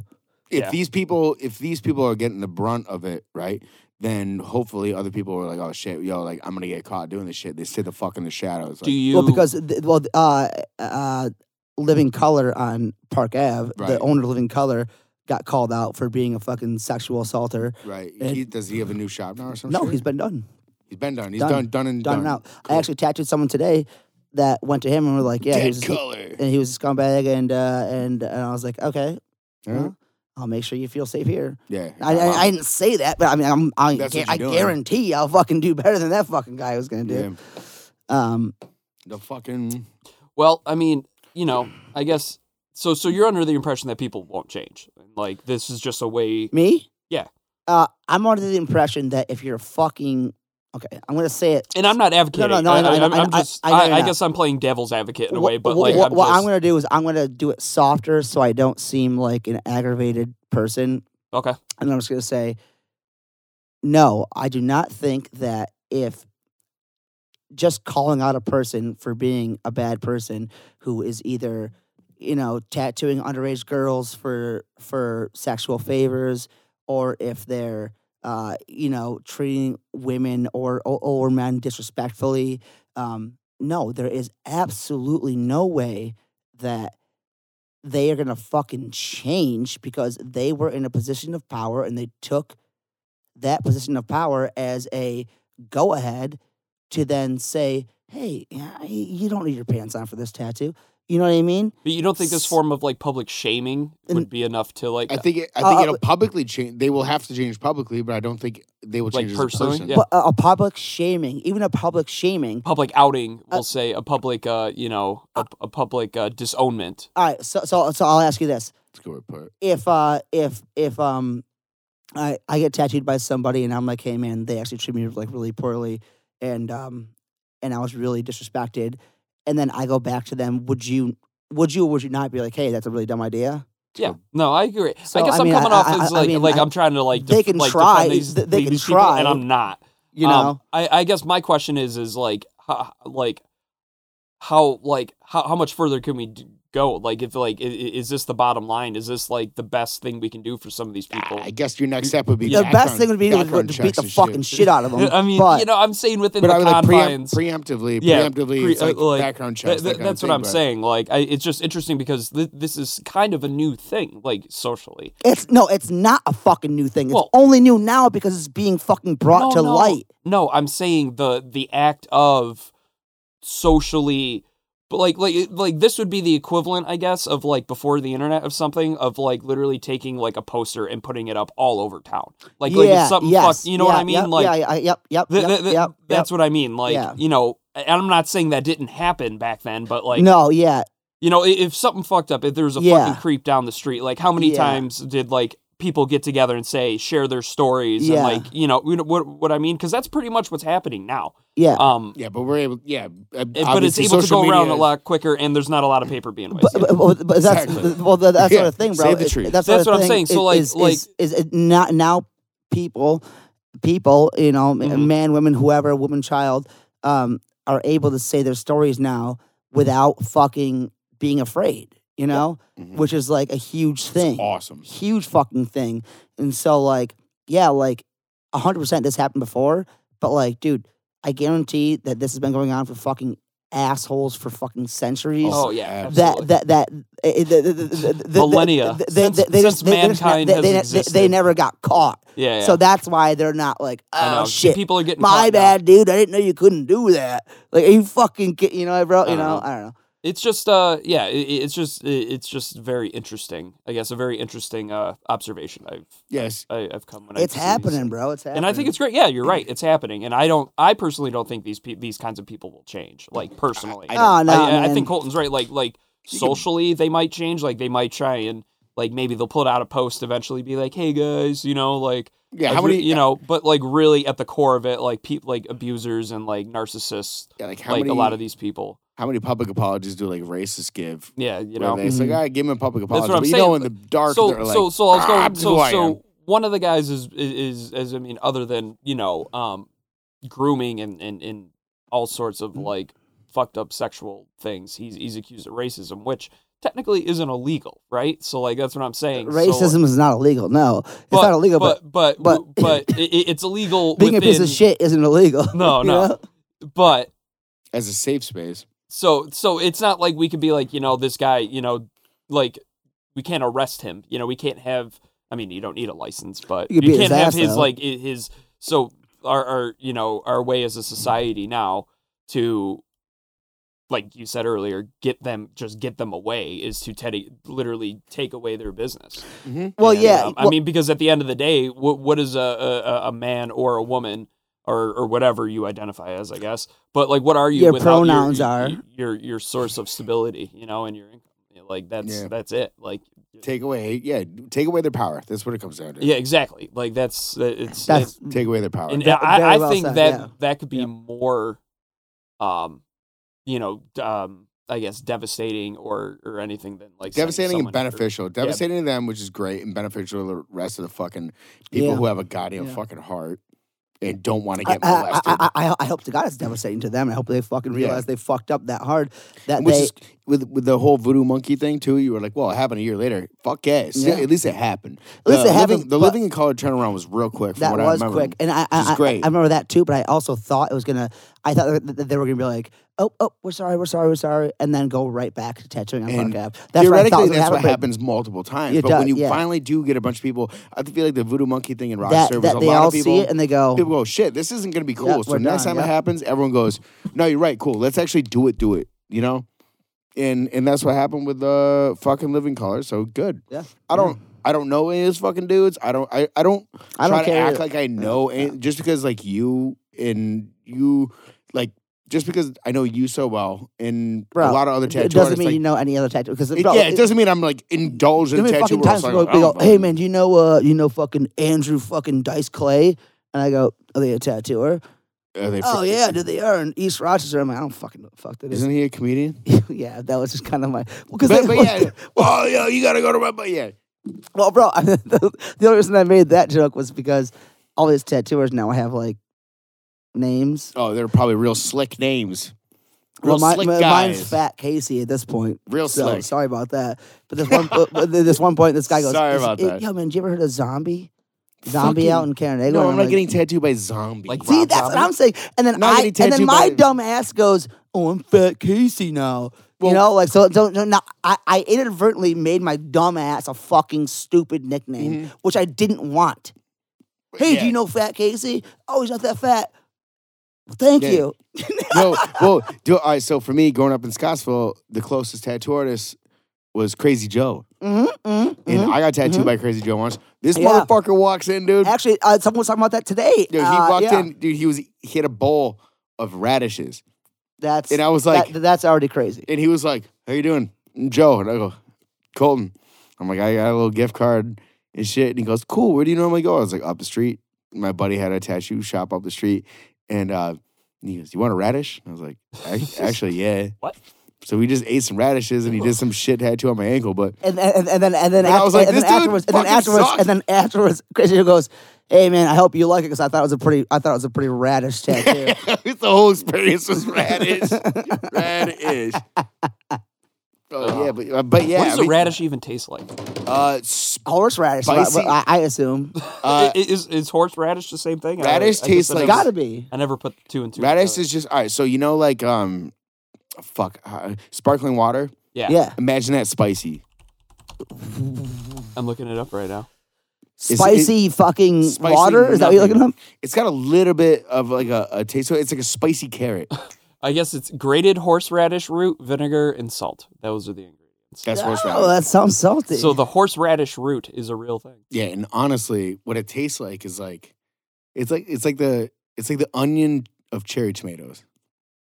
If Yeah. these people if these people are getting the brunt of it, right, then hopefully other people are like, oh shit, yo, like I'm gonna get caught doing this shit. They sit the fuck in the shadows. Like, do you Well, because th- well, th- uh, uh, Living Color on Park Ave, the Right. owner of Living Color, got called out for being a fucking sexual assaulter. right. and- He, does he have a new shop now or something? no, he's been done. he's been done. He's done, done done, and done done. and out. I actually tattooed someone today that went to him and were like, "Yeah, he Dead was a- color. and he was a scumbag," and uh, and and I was like, "Okay, All right. well, I'll make sure you feel safe here." Yeah. uh, I, I, I didn't say that, but I mean, I'm, I, That's gu- what I you're doing. guarantee I'll fucking do better than that fucking guy was gonna yeah. do. Um, The fucking Well, I mean, *clears throat* you know, I guess so. So you're under the impression that people won't change. Like this is just a way. me? Yeah. Uh, I'm under the impression that if you're fucking okay, I'm gonna say it. And I'm not advocating. no, I, I know, I know, am I know, I- just. I know I, you're I not. guess I'm playing devil's advocate in a Wh- way, but wh- like, wh- I'm what I'm just- gonna do is I'm gonna do it softer so I don't seem like an aggravated person. okay. and I'm just going to say, no, I do not think that if just calling out a person for being a bad person who is either, you know, tattooing underage girls for for sexual favors, or if they're, uh, you know, treating women or or, or men disrespectfully, um, no, there is absolutely no way that they are going to fucking change because they were in a position of power and they took that position of power as a go ahead to then say, hey, yeah, y- you don't need your pants on for this tattoo. You know what I mean? But you don't think this form of like public shaming would And- be enough to like, I think it, I think Uh, it'll publicly change. They will have to change publicly, but I don't think they will Like change as a personally? person. Yeah. But a, a public shaming, even a public shaming. public outing? We'll Uh, say a public, uh, you know, a, a public uh, disownment. All right, so so so I'll ask you this: That's a good way to put it. if uh if if um I I get tattooed by somebody and I'm like, hey man, they actually treat me like really poorly and um and I was really disrespected and then I go back to them, would you would you or would you not be like, hey, that's a really dumb idea? Yeah, no, I agree. So, I guess I I am mean, coming I- off I- as I- I like, mean, like I- I'm trying to like, they def- can like, try, defend these, th- they can these people, and try. I'm not. You Um, know? I, I guess my question is is like how, like how like how, how much further can we d- go? Like, if like, i- i- is this the bottom line? Is this like the best thing we can do for some of these people? I guess your next step would be The best background- thing would be to, background to beat checks the and fucking shit, *laughs* out of them. I mean, but you know, I'm saying within But the I would like preempt, confines. preemptively, Yeah, preemptively, pre- it's like, uh, like, background Th- checks. th- that kind of that's what thing, I'm but- saying. Like, I, it's just interesting because th- this is kind of a new thing, like socially. it's no, it's not a fucking new thing. It's Well- only new now because it's being fucking brought to No, no. light. No, I'm saying the the act of socially, but like like like this would be the equivalent, I guess, of like before the internet of something of like literally taking like a poster and putting it up all over town. Like like yeah, it's something yes, fucked, you know what yeah, I mean? Yep, like yeah, yeah, yep, yep, th- yep, th- yep, th- yep. that's what I mean. Like Yeah. you know, and I'm not saying that didn't happen back then, but like no, yeah, You know, i- if something fucked up, if there was a Yeah. fucking creep down the street, like how many Yeah. times did like people get together and say share their stories Yeah. and like you know you know what what I mean? Because that's pretty much what's happening now. yeah. Um, Yeah, but we're able. Yeah, it- Eh, but it's able to go around a lot quicker, and there's not a lot of paper being But, wasted. but, but, but that's Exactly. well, that, that's Yeah, sort of thing, bro. save the It- trees. That's, That's sort of what I'm thing saying. So, like- is, like- is, is it not now people, people, you know, m- Mhm. man, women, whoever, woman, child, um, are able to say their stories now without fucking being afraid. You know, Mhm. Mm-hmm. which is like a huge thing, Awesome. huge fucking thing. And so, like, yeah, like, hundred percent, this happened before, but like, dude, I guarantee that this has been going on for fucking assholes for fucking centuries oh yeah, That- that absolutely. that that eh, eh, the- the- the- the- the- Millennia, the- they- since- they- they since just- they- they just not- mankind they- has they- they- existed. they never got caught yeah, yeah. so that's why they're not like I oh know. shit people are getting my caught now. bad dude i didn't know you couldn't do that like are you fucking kidding you know bro I you don't know know. i don't know It's just uh yeah, i- i it's just i- it's just very interesting. I guess a very interesting uh observation I've Yes. I, I've come when I it's see these happening things. bro it's happening and I think it's great. Yeah, you're right. It's happening, and I don't. I personally don't think these pe- these kinds of people will change. Like personally, I- oh, no, I, I- I man. think Colton's right. Like like socially, they might change. Like they might try and like maybe they'll put out a post eventually, be like, "Hey guys, you know, like Yeah. I How re- many? you know." But like really at the core of it, like people like abusers and like narcissists, yeah, like how like many? a lot of these people. how many public apologies do like racists give? Yeah, Where you know. they- it's like, Mhm. all right, give him a public what apology. I'm but you saying, know, in the dark, so, they're like, so so I was "Ah, going this is who so I am." so one of the guys is is as I mean other than you know um grooming and and, and all sorts Mm-hmm. of like fucked up sexual things he's he's accused of racism which technically isn't illegal right so like that's what I'm saying So, like, racism is not illegal no it's but- not illegal but, but but but- but, i- i- it's *laughs* illegal being a piece of within- Oh, shit isn't illegal *laughs* No, you no. know? but as a safe space. so so it's not like we could be like you know this guy you know like we can't arrest him you know we can't have i mean you don't need a license but You you, could beat can't his have ass, his though. like i- his so our our you know our way as a society now to like you said earlier get them just get them away is to teddy literally take away their business well And, yeah um, i well- mean because at the end of the day what what is a a, a- a man or a woman or, or whatever you identify as, I guess. But like, what are you? Your without your- pronouns your, are. your your source of stability, you know, and your income. You know, Like that's Yeah. that's it. Like Take away, yeah, take away their power. That's what it comes down to. yeah, exactly. Like that's it's that's it's- Take away their power. and That- very I, I well think said, that yeah. that could be Yeah. more, um, you know, d- um, I guess devastating or or anything than like saying Devastating and someone- beneficial. Devastating to them, which is great, and beneficial to the rest of the fucking people Yeah. who have a goddamn Yeah. fucking heart and don't want to I, get I, molested. I, I, I hope to God it's devastating to them. I hope they fucking Yeah. realize they fucked up that hard that which they is with with the whole voodoo monkey thing too. You were like, "Well, it happened a year later. Fuck yeah! it's- Yeah. At least it happened. At least the it living, happened, The but- living in color turnaround was real quick. From That what was I remember. quick, and I, which is I, I- great. I remember that too. But I also thought it was gonna. I thought that that they were gonna be like, "Oh, oh, we're sorry, we're sorry, we're sorry," and then go right back to tattooing on And Park Ave. That's what I thought Theoretically, was that's gonna what happen. happens multiple times. It But when does, you yeah. finally do get a bunch of people, I feel like the voodoo monkey thing in but Rochester that, was that a they lot all of people. see it and they go, people go, shit, this isn't gonna be cool. so we're next done, time Oh. yeah. it happens, everyone goes, no, you're right, cool. Let's actually do it, do it. You know, and and that's what happened with uh, fucking Living Color. So good. "Yeah, I don't. I don't know any of those fucking dudes. I don't. I, I don't. I try don't care." to act like I know. And just because like you and you, like just because I know you so well and a Bro, lot of other it tattoo doesn't artists, mean like, you know any other tattoo because it- yeah, it doesn't mean I'm like indulged How in many tattoo fucking world. times So we I go, go, they go, "Oh, "Hey fuck." man, do you know uh, you know fucking Andrew fucking Dice Clay?" And I go, "Are they a tattooer?" Are they Oh fr- yeah, do they are in East Rochester? I'm like, I don't fucking know what the fuck that is. *laughs* Isn't he a comedian? yeah, that was just kind of my well, because But, but yeah, *laughs* well, yo, you gotta go to my, but yeah, Well, bro, *laughs* I mean, the, the only reason I made that joke was because all these tattooers now have like names. Oh, they're probably real slick names. Real mi- slick mi- guys. Mine's fat Casey at this point. Real So slick. sorry about that. *laughs* But this one, but- but this one point, this guy goes, Sorry "Is- about eh, that." Yo, man, did you ever heard of zombie? Zombie out in Canada. No, I'm not getting tattooed by zombie. Like, See, Rob that's what Zombie? I'm saying. And then Not I, getting and then tattooed my by- dumb ass goes, "Oh, I'm fat Casey now." Well- you know, like so. Don't no, no, I, I inadvertently made my dumb ass a fucking stupid nickname, Mm-hmm. which I didn't want. Hey, do Yeah. you know Fat Casey? Oh, he's not that fat. Well, thank Yeah. you. no, *laughs* well, do, all right. So for me, growing up in Scottsville, the closest tattoo artist was Crazy Joe, hmm and I got tattooed by Crazy Joe once. This Mm-hmm. Yeah. motherfucker walks in, dude. Actually, uh, someone was talking about that today. Dude, he Uh, walked yeah. in, dude. He was he had a bowl of radishes, That's and I was like, that, that's already crazy. and he was like, "How you doing, Joe?" And I go, "Colton." I'm like, "I got a little gift card and shit." And he goes, "Cool. Where do you normally go?" I was like, "Up the street." My buddy had a tattoo shop up the street, and uh, he goes, "You want a radish?" And I was like, *laughs* "Ac- "Actually, yeah." What? So we just ate some radishes, and he did some *laughs* shit tattoo on my ankle. But *laughs* And and, and then and then And I after- was like, and this then dude afterwards, and then fucking afterwards, sucks. and then afterwards, *laughs* Crazy Joe goes, "Hey man, I hope you like it because I thought it was a pretty, I thought it was a pretty radish *laughs* tattoo." the whole experience was radish, *laughs* radish. Oh yeah, but but yeah, what does I a mean, radish even taste like? uh, sp- Horseradish, I- Spicy. I, I assume. Uh, I- is, is horseradish the same thing? I- Radish I guess tastes I like- never- Gotta be. I never put two and two. Radish together. is just all right. So you know, like um, fuck, uh, sparkling water. yeah. Yeah, Imagine that spicy. I'm looking it up right now. it- spicy fucking Spicy Mm, water. Is that what you're nothing. looking up? It's got a little bit of like a, a taste. So it's like a spicy *laughs* carrot. I guess it's grated horseradish root, vinegar, and salt. Those are the ingredients. That's horse radish. Oh, that sounds salty. So the horseradish root is a real thing. Yeah, and honestly, what it tastes like is like, it's like it's like the it's like the onion of cherry tomatoes.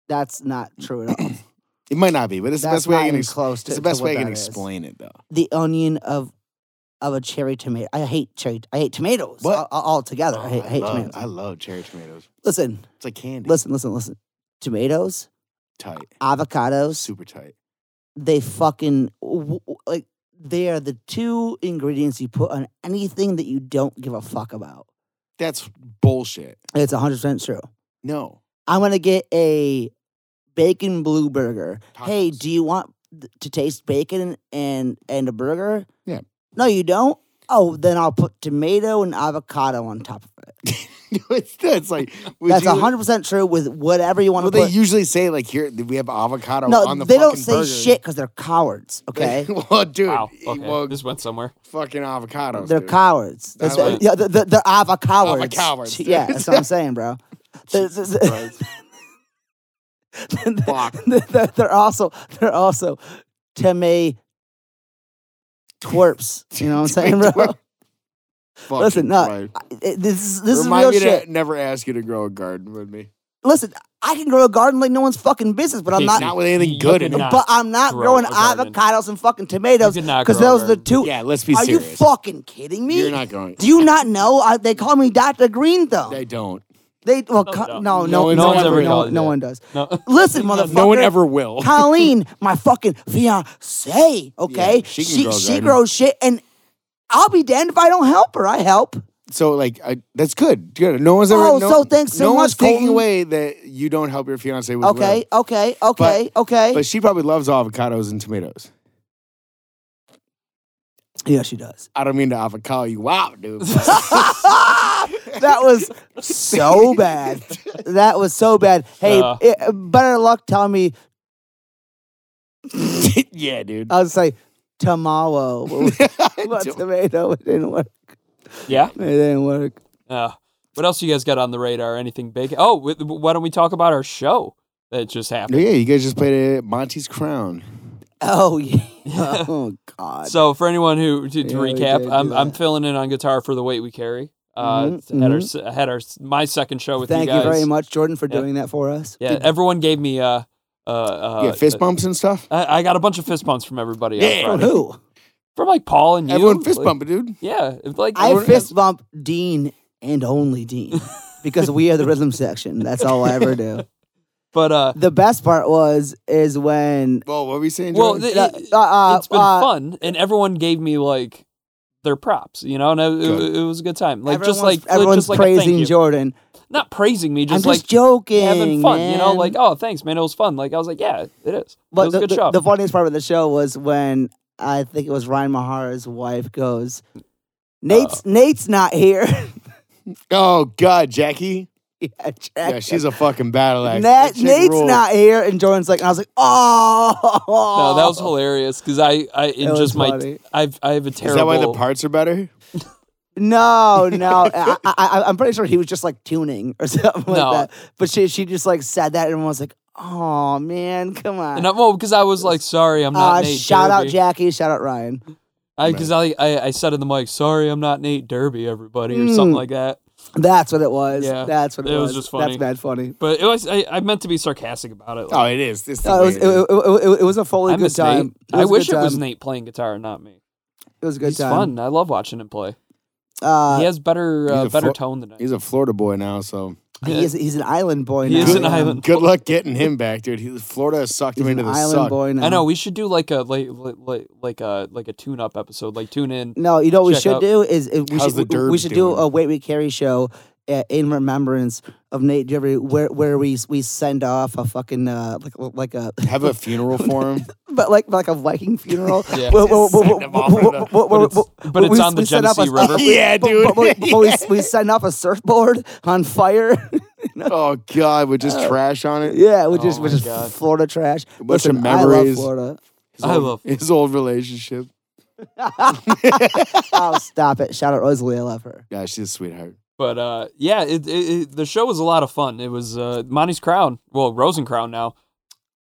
that's not true at all. It might not be, but it's the best That's way I not can even ex- close to it's the to best what way I can that is. explain it though. the onion of of a cherry tomato. I hate cherry. I hate tomatoes What? all, all together. I hate, Oh, I hate love, tomatoes. I love cherry tomatoes. listen, It's like candy. listen, listen, listen. Tomatoes, tight, avocados, super tight. they fucking w- w- like they are the two ingredients you put on anything that you don't give a fuck about. That's bullshit. It's hundred percent true. No. I'm gonna get a bacon blue burger. Hey, Tacos. do you want th- to taste bacon and and a burger? Yeah. No, you don't. Oh, then I'll put tomato and avocado on top of it. *laughs* it's, it's like would That's you- hundred percent true with whatever you want Well, to they put. usually say like here we have avocado no, on the they don't fucking say burger. *laughs* shit because they're cowards. Okay, well, dude, Wow. e- Okay. well, this went somewhere. *laughs* fucking avocados. they're dude. *laughs* cowards. That's I what- like- yeah, they're, they're, they're avocowards. Avocowards. *laughs* Yeah, that's what I'm *laughs* saying, bro. They're- *laughs* they're- Fuck. they're, they're also they're also Teme twerps. *laughs* You know what I'm saying, bro? Teme Fucking Listen, no, right. It- This is this is Remind real me shit. to never ask you to grow a garden with me. Listen, I can grow a garden like no one's fucking business, but I'm Hey, not. Not with anything You good did in it. not but I'm not grow growing a garden. avocados and fucking You tomatoes did not because grow those are the over- two. Yeah, let's be are you serious. fucking kidding me? You're not going. Do you not know? I, they call me Doctor Green Thumb. They don't. They well, No, co- no, no, no. No one's no, ever one- called no, you no that. one does. *laughs* No. Listen, motherfucker. No one *laughs* ever *laughs* will. Colleen, my fucking fiance, okay? Yeah, she can grow she, a garden. grows shit, and I'll be damned if I don't help her. I help. So like, I, that's good. Good. No one's ever. Oh, no, so thanks so no one's much, taking Colton. away that you don't help your fiance with. Okay, Will. okay, okay, okay. But she probably loves avocados and tomatoes. yeah, she does. I don't mean to avocado you out, dude. *laughs* that was so bad. That was so bad. Hey, Uh. eh, better luck telling me. *laughs* yeah, *laughs* dude. I was like, *laughs* tomorrow. What tomato? It didn't work. Yeah. It didn't work. Uh, what else you guys got on the radar? Anything big? Oh, wh- why don't we talk about our show that just happened? yeah, you guys just played at Monty's Crown. Oh yeah. Oh god. So for anyone who to, to Yeah, we did recap, do I'm I'm that. filling in on guitar for the weight we carry. Uh, Mhm, had our s- had our s- my second show with Thank you guys. very much, Jordan, for Yeah. doing that for us. Yeah, everyone gave me uh uh, uh yeah, fist bumps and stuff. I, I got a bunch of fist bumps from everybody. on Yeah. From Friday. who? from like Paul uh, and you. Everyone fist like- bumping, dude. Yeah, it's like I everyone- fist bump Dean and only Dean because we are the rhythm section. That's all I ever do. But uh, The best part was is when Well, Oh, what were you saying? well, Jordan? th- uh, uh, it's been uh, fun, and everyone gave me like their props, you know, and it, Good. it, it was a good time. Like just Everyone's- like everyone's just like a thank praising you. Jordan. not praising me, just I'm like just joking, having fun, you know, man. like oh thanks man, it was fun. Like I was like yeah, it is. it But was the, a good the, show. the funniest part of the show was when I think it was Ryan Mahara's wife goes, Uh. "Nate's Nate's not here." *laughs* Oh God, Jackie. yeah, Yeah, she's a fucking battle axe. Nat- That chick Nate's rules. not here, and Jordan's like, and I was like, "Oh, no, that was hilarious because I I in was just my funny. I've I have a Is terrible. that why the parts are better? No, *laughs* no, I, I, I, I'm pretty sure he was just like tuning or *laughs* something No. like that. But she, she just like said that, and everyone was like, "Oh man, come on." And I'm, well, because I was like, sorry, I'm not uh, Nate. shout out Derby. Jackie, shout out Ryan. Because I, I I said in the mic, sorry, I'm not Nate Derby, everybody, or something Mm. like that. That's what it was. Yeah, That's what it, it was just That's funny. bad funny. But it was I, I meant to be sarcastic about it. Oh, Like, it is. It's the No, Uh, it, was, way it, it- it- it was a fully I Oh, good miss time. Nate. was I a wish good it was time. Nate playing guitar, not me. It was a good He's time. fun. I love watching him play. Uh, he has better he's uh, a better fo- tone than I. He's a Florida boy now, so he is, he's an island boy He now. is an yeah. island. good luck getting him back, dude. He, Florida has sucked He's him an into the island suck. boy now. I know we should do like a like like like a like a tune up episode, like tune in. No, you know what we Check should out- do is is we How's should, the we- we Derbs should do doing? a Wait We Carry show uh, in remembrance of Nate Derby, where where we we send off a fucking uh, like like a Have a funeral for him. *laughs* but like like a Viking funeral. *laughs* Yeah. Where- where- where- Send 'em off where- in where- the- where- where- it's- where- but it's we- on the we send off a- *laughs* Genesee River. Yeah, but- dude. But, but- but we, we send off a surfboard *laughs* on fire. *laughs* Oh God, with Uh, just trash on it. yeah, which is Oh which my is God. Florida trash. A bunch of Listen, memories. I love Florida. His I old- love- his old relationship. Oh, stop it! Shout out Rosalie, I love her. Yeah, she's a sweetheart. But uh, yeah, it, it, it the show was a lot of fun. It was uh, Monty's Crown, well Rosencrown now.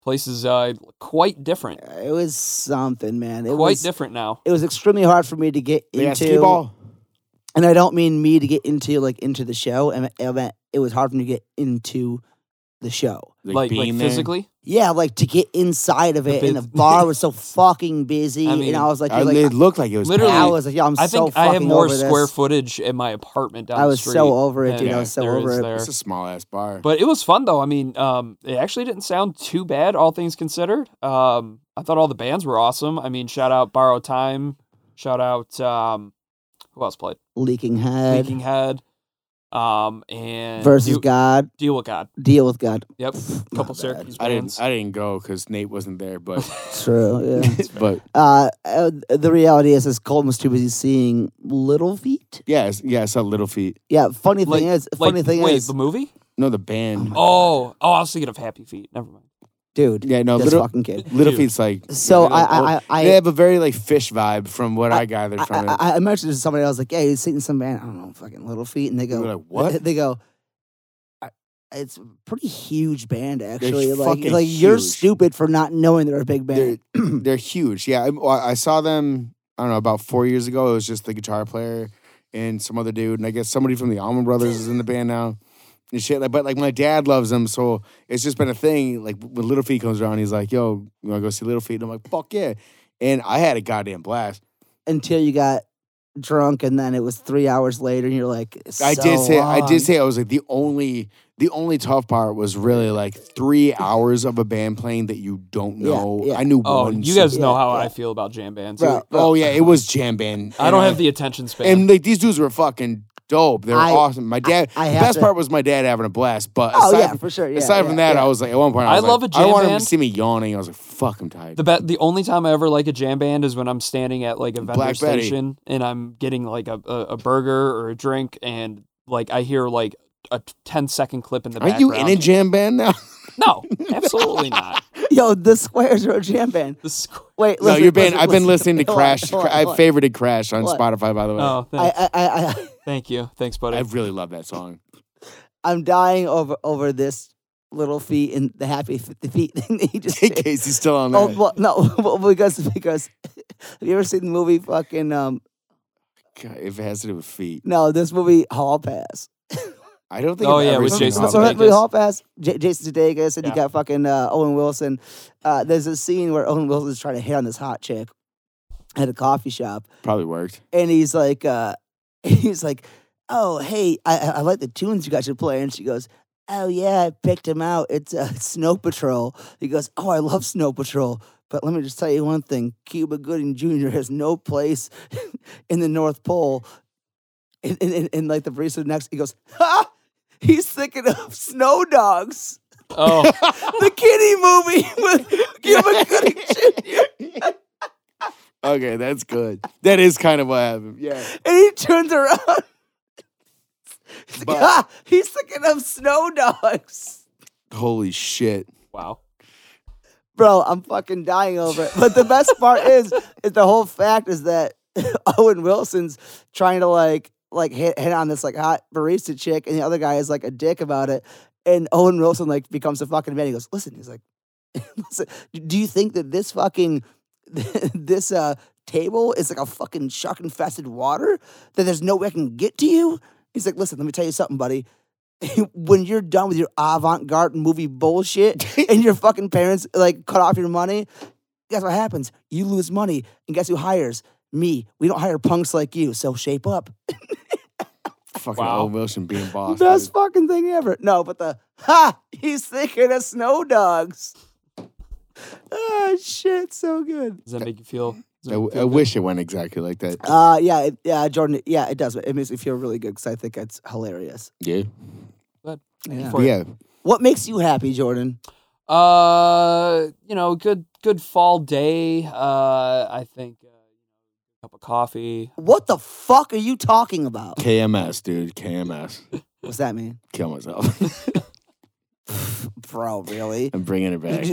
Place is uh, quite different, It was something, man. It quite was different now. it was extremely hard for me to get Yeah, into. skee ball. and I don't mean me to get into like into the show. I mean, I meant it was hard for me to get into the show. Like like, being there. physically, Yeah, like to get inside of it, and the bus- bar *laughs* was so fucking busy, I and I mean, was like, I, you're like, it looked like it was Literally, I packed. was like, yeah, I'm I so think fucking I have more over square this. footage in my apartment down I was the street. so over it, dude. Yeah, I was so there is over it. there. It's a small ass bar. But it was fun though. I mean, um, it actually didn't sound too bad, all things considered. Um, I thought all the bands were awesome. I mean, shout out Borrow Time, shout out um, who else played Leaking head Leaking Head, um, and versus Deal, God. Deal with God. Deal with God. Yep, couple bad. Syracuse I bands. didn't. I didn't go because Nate wasn't there. *laughs* But True. Yeah. but uh, uh, the reality is, is Colton was too busy seeing Little Feet. yeah, it's- yeah. I saw Little Feet. Yeah. Funny thing is, like, funny thing wait, is, the movie? No, the band. Oh, oh, I was thinking of Happy Feet. Never mind. dude, yeah, no. this Little, fucking kid. Little Dude. Feet's like So Yeah, they're I, I, like, I, they have a very like fish vibe from what I, gathered I, from it. I, I mentioned to somebody, I was like, "Yeah, he's sitting some band. I don't know, fucking Little Feet," and *laughs* they They go, were like, "What?" They go, "I- "It's a pretty huge band, actually. Like, fucking like you're huge. stupid for not knowing they're a big band." *clears throat* They're huge. Yeah, I, well, I saw them. I don't know about four years ago. It was just the guitar player and some other dude, and I guess somebody from the Almond Brothers is in the band now. And shit, like, but like my dad loves them, so it's just been a thing. Like when Little Feet comes around, he's like, "Yo, you want to go see Little Feet?" And I'm like, "Fuck yeah!" And I had a goddamn blast. Until you got drunk, and then it was three hours later, and you're like, I did "So say I long." did say I was like the only the only tough part was really like three hours of a band playing that you don't Yeah, know. yeah. I knew one. Oh, you guys song. know yeah, how yeah. I feel about jam bands. Bro, Oh yeah, it was jam band. I don't And have the attention span. and like these dudes were fucking dope. They were I- awesome. My dad. I the have best to- part was my dad having a blast. But Oh aside yeah, from, for sure. Yeah, aside yeah, from that, yeah. I was like at one point I, I was like, love a I jam wanted him to band. see me yawning. I was like, fuck, I'm tired. The be- the only time I ever like a jam band is when I'm standing at like a vendor Black Betty. station and I'm getting like a, a, a burger or a drink and like I hear like a t- 10 second clip in the Aren't background. you in a jam band *laughs* now? No, absolutely *laughs* not. yo, the Squares are a jam band. The squ- Wait, no, listen, you're banned. listen, I've been listen. listening to Hold on, Crash. hold on, I hold on. favorited Crash on Hold Spotify, by the way. oh, I, thank, I, I, I, thank you. Thanks, buddy. I really love that *laughs* song. I'm dying over over this little feet and the happy f- the feet thing that he *laughs* just In did. case he's still on Oh that. well, no, *laughs* well, because because have you ever seen the movie fucking um God, if it has to do with feet, no this movie Hall Pass. I don't think. Oh, I've yeah, ever with seen Jason Hall So Pass. that movie Sudeikis. Hall Pass, J- Jason Sudeikis, and Yeah. you got fucking uh, Owen Wilson. Uh, there's a scene where Owen Wilson's trying to hit on this hot chick at a coffee shop, Probably worked. and he's like, uh, *laughs* he's like, oh hey, I, I I like the tunes you guys are playing. And she goes, *laughs* oh yeah, I picked him out. It's uh, Snow Patrol. He goes, oh I love Snow Patrol, But let me just tell you one thing: Cuba Gooding Jr. has no place *laughs* in the North Pole. And, and, and, and, like the barista next, he goes, "Ha! He's thinking of Snow Dogs, *laughs* Oh, the kitty movie *laughs* with Cuba Gooding Jr." Okay, that's good. That is kind of what happened. *laughs* Yeah. And he turns around. *laughs* He's like, But- "Ah, he's thinking of Snow Dogs. Holy shit. wow. Bro, I'm fucking dying over it. But the best part is, is the whole fact is that *laughs* Owen Wilson's trying to like like hit hit on this like hot barista chick, and the other guy is like a dick about it. And Owen Wilson like becomes a fucking man. He goes, listen, he's like, *laughs* listen, do you think that this fucking *laughs* this uh table is like a fucking shark infested water that there's no way I can get to you? He's like, listen, let me tell you something, buddy. *laughs* when you're done with your avant-garde movie bullshit and your fucking parents like cut off your money, guess what happens? You lose money, and guess who hires? Me. We don't hire punks like you, so shape up. Fucking Wow. Owen Wilson *laughs* being boss. Best fucking thing ever. No, but the ha, he's thinking of snow dogs. Oh shit, so good. Does that make you feel? does that I, make you I feel good? wish it went exactly like that. Uh yeah, it- yeah, Jordan. Yeah, it does. It makes me feel really good because I think it's hilarious. Yeah. Yeah. For- yeah. What makes you happy, Jordan? Uh, you know, good good fall day. Uh, I think uh, cup of coffee. What the fuck are you talking about? *laughs* KMS, dude. KMS. What's that mean, Kill myself. *laughs* bro? Really? I'm bringing it back.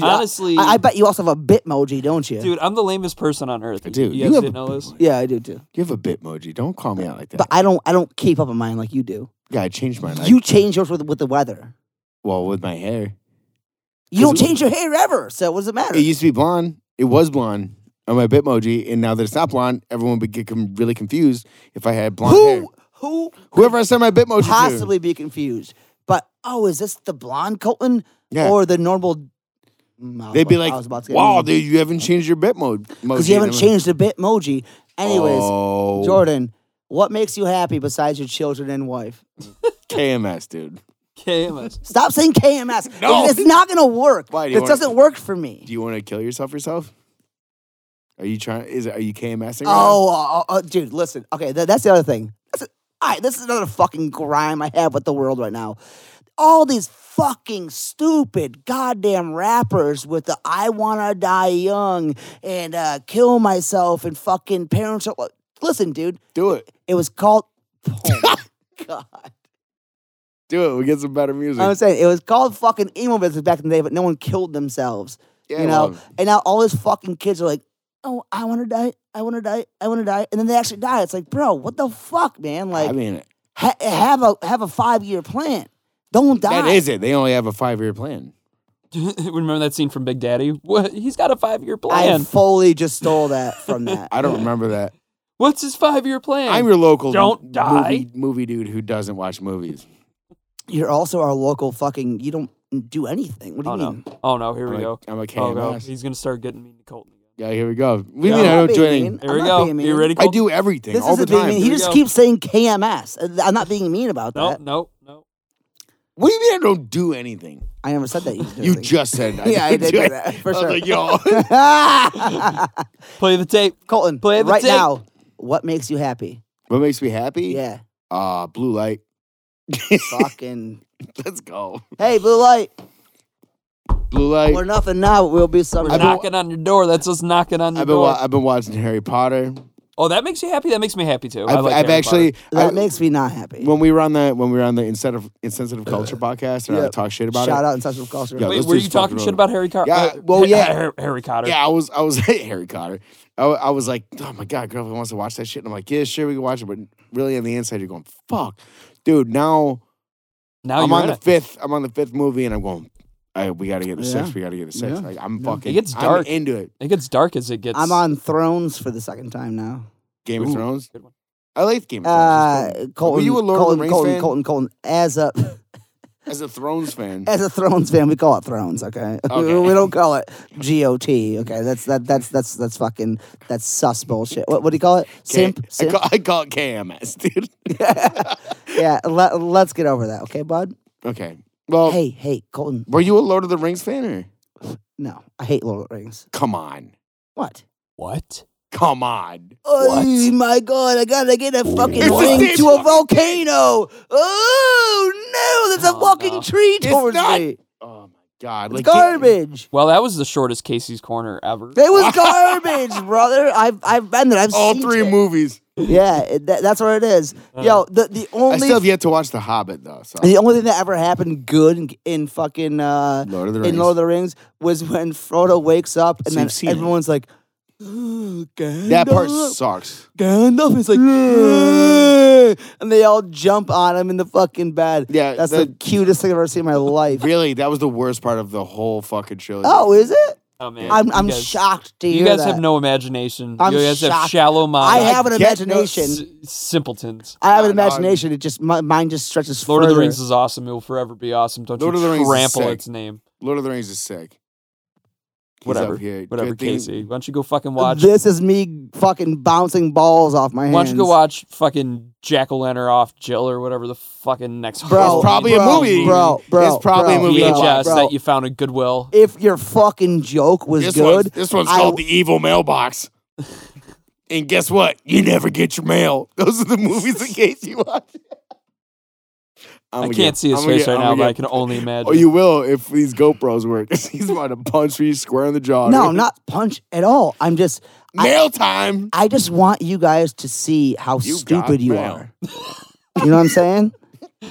*laughs* Honestly, I, I bet you also have a Bitmoji, don't you? dude, I'm the lamest person on earth. Dude, you you guys have didn't a- *laughs* know this. Yeah, I do too. You have a Bitmoji. Don't call me out like that. But I don't. I don't keep up on mine like you do. yeah, I changed mine. I- You change yours with with the weather. well, with my hair. You don't Is it- change your hair ever, so what does it matter? It used to be blonde. It was blonde on my Bitmoji. And now that it's not blonde, everyone would get com- really confused if I had blonde hair. who who Whoever I sent my Bitmoji possibly be confused? But oh, is this the blonde Colton Yeah. or the normal? Mm, I was to, they'd be about- like, I was about to get wow, dude, you haven't changed your Bitmoji. because you haven't changed the Bitmoji. Anyways, oh, Jordan, what makes you happy besides your children and wife? KMS, dude. KMS. Stop saying KMS. No. It's not gonna work. Why, do you this wanna- doesn't work for me. Do you want to kill yourself yourself? Are you trying? Is are you KMSing? right now? Oh, uh, uh, dude, listen. Okay, th- that's the other thing. That's all right, this is another fucking grime I have with the world right now. All these fucking stupid goddamn rappers with the I wanna die young and uh, kill myself and fucking parents. Are, listen, dude, do it, it was called. *laughs* Oh my God. do it. We get some better music. I'm saying it was called fucking emo business back in the day, but no one killed themselves. Yeah, you know, well, and now all his fucking kids are like, "Oh, I want to die, I want to die, I want to die," and then they actually die. It's like, bro, what the fuck, man? Like, I mean, ha- have a have a five year plan. Don't die. that is it. They only have a five year plan. *laughs* Remember that scene from Big Daddy? What? He's got a five year I plan. fully just *laughs* stole that from that. I don't remember *laughs* that. What's his five year plan? I'm your local Don't movie, die. movie dude who doesn't watch movies. You're also our local fucking. You don't do anything. What do oh you no! mean? Oh no! Here I'm we a- go. I'm a Oh no! KMS. He's gonna start getting mean to Colton again. yeah, here we go. We Yeah. mean I'm I don't not do being anything. mean. Here I'm we not go. being You mean. ready? I Colton? do everything This all the isn't being time. mean. He Here we just go. keeps saying KMS. Uh, I'm not being mean about No, that. no, no. What do you mean I don't do anything? I never said *laughs* that. You, did You anything. just said *laughs* I Yeah, I don't did do do it. that, for I was sure. like, yo. *laughs* Play the tape. Colton, Play the right tape. now, what makes you happy? What makes me happy? Yeah, Uh, blue light. *laughs* fucking. Let's go. Hey, blue light. Blue light. We're nothing now, but we'll be We're something. I've been- knocking on your door. That's us knocking on your I've been door. wa- I've been watching Harry Potter. oh, that makes you happy. That makes me happy too. I I've, like I've Harry actually that I- makes me not happy. when we were on the when we were on the insensitive insensitive culture podcast and I Yep. talked shit about Uh, Shout it. out Insensitive Culture. Yeah, Potter. Wait, let's were just you talking fucking shit about Harry Potter? Yeah, well, yeah. Harry, Potter. Yeah, I was I was *laughs* Harry Potter. I, wa- I was like, oh my god, girlfriend wants to watch that shit. And I'm like, yeah, sure, we can watch it. But really, on the inside, you're going, fuck, dude. Now Now I'm you're on in the Oh, it. fifth. I'm on the fifth movie, and I'm going. I, we got to get the Yeah. sixth. We got to get the sixth. Yeah. Like I'm Yeah. fucking. It gets I'm dark. into it. It gets dark as it gets. I'm on Thrones for the second time now. Game Ooh, of Thrones. good one. I like Game of Thrones. Uh, It's cool. Colton, Were you a Lord Colton, of the Rings Colton, fan? Colton, Colton, as a As a Thrones fan, as a Thrones fan, we call it Thrones. Okay, *laughs* Okay. we don't call it GOT. Okay, that's that that's that's that's fucking that's sus bullshit. What, what do you call it? K- Simp. I simp? call, I call it KMS, dude. *laughs* yeah, let, let's get over that. Okay, bud. okay. Well, Hey, hey, Colton. were you a Lord of the Rings fan? Or? No, I hate Lord of the Rings. Come on. What? What? Come on. Oh What? my god, I gotta get a fucking It's the ring same to a fucking- volcano! Oh no, there's a Oh, walking no. tree It's towards not- me! Oh my god. It's Like, garbage! Well, that was the shortest Casey's corner ever. It *laughs* was garbage, brother. I've I've been there. I've All seen three it. movies. Yeah, it, that, that's what it is. Uh. Yo, the the I only still have yet to watch The Hobbit though. So the only thing that ever happened good in, in fucking uh, Lord of the Rings. in Lord of the Rings was when Frodo wakes up and So you've seen then it. everyone's like, "Oh, Gandalf." that part sucks. Gandalf is like, "Yeah," and they all jump on him in the fucking bed. Yeah, that's the that- cutest thing I've ever seen in my life. Really, that was the worst part of the whole fucking trilogy. Oh, is it? Oh, man. I'm You I'm guys- shocked to You hear guys that. have no uh, imagination. I'm you guys have shocked. shallow I minds. have an get no imagination. s- simpletons. I have an No, no, I'm- imagination. It just my mind just stretches Lord of further. the Rings is awesome. It will forever be awesome. Don't Lord of you the Rings is trample sick. its name. Lord of the Rings is sick. He's Whatever. up here. Whatever, Good thing- Casey. Why don't you go fucking watch? This is me fucking bouncing balls off my hands. Why don't you go watch fucking Jack O'Lantern off Jill or whatever the fucking *laughs* next Bro, horror It's probably a bro, movie. bro, bro. It's probably a bro, movie to bro, VHS bro. that you found at Goodwill. If your fucking joke was This good, one's, this one's I- called The Evil *laughs* Mailbox. and guess what? You never get your mail. Those are the movies *laughs* in case you watch. I can't see his face right now, but I can only imagine. Oh, you will if these GoPros work. *laughs* He's about to punch me square in the jaw. no, not punch at all. I'm just, mail time. I just want you guys to see how You stupid got you mail. are. You know what I'm saying?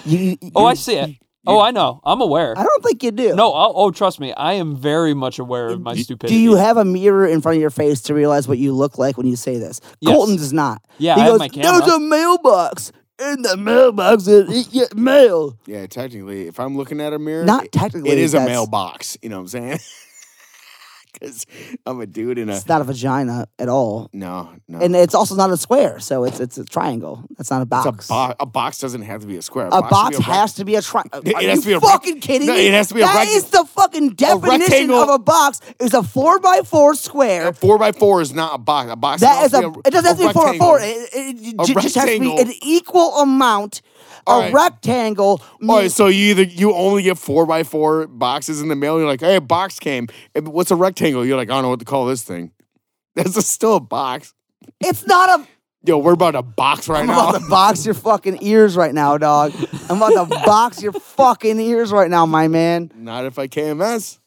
You, you, oh, I you- see it. Oh, I know. I'm aware. I don't think you do. No, oh, oh, trust me. I am very much aware of my Do stupidity. you have a mirror in front of your face to realize what you look like when you say this? Yes. Colton does not. Yeah, he I have goes, my camera. There's a mailbox. In the mailbox, it, it get mail. Yeah, technically, if I'm looking at a mirror, Not it- technically. it is a that's- mailbox. You know what I'm saying? *laughs* Because I'm a dude in a It's not a vagina at all. no, no. and it's also not a square, so it's it's a triangle. That's not a box. it's a box. A box doesn't have to be a square. A box should be has to be a triangle. It Are has you to be a rec- fucking kidding No, me? it has to be a That rec- is the fucking definition rectangle- of a box. Is a four by four square. A four by four is not a box. A box That has is to a. be It doesn't have to be four by rectangle. four. It, it, A it ju- just has to be rectangle. an equal amount. All a right. Oh, rectangle. All right, means- so you either you only get four by four boxes in the mail. You're like, hey, a box came. Eh, but What's a rectangle? You're like, I don't know what to call this thing. *laughs* That's a- still a box. it's not a. Yo, we're about to box right I'm now. about to box your fucking ears right now, dog. I'm about to box your fucking ears right now, my man. Not if I KMS.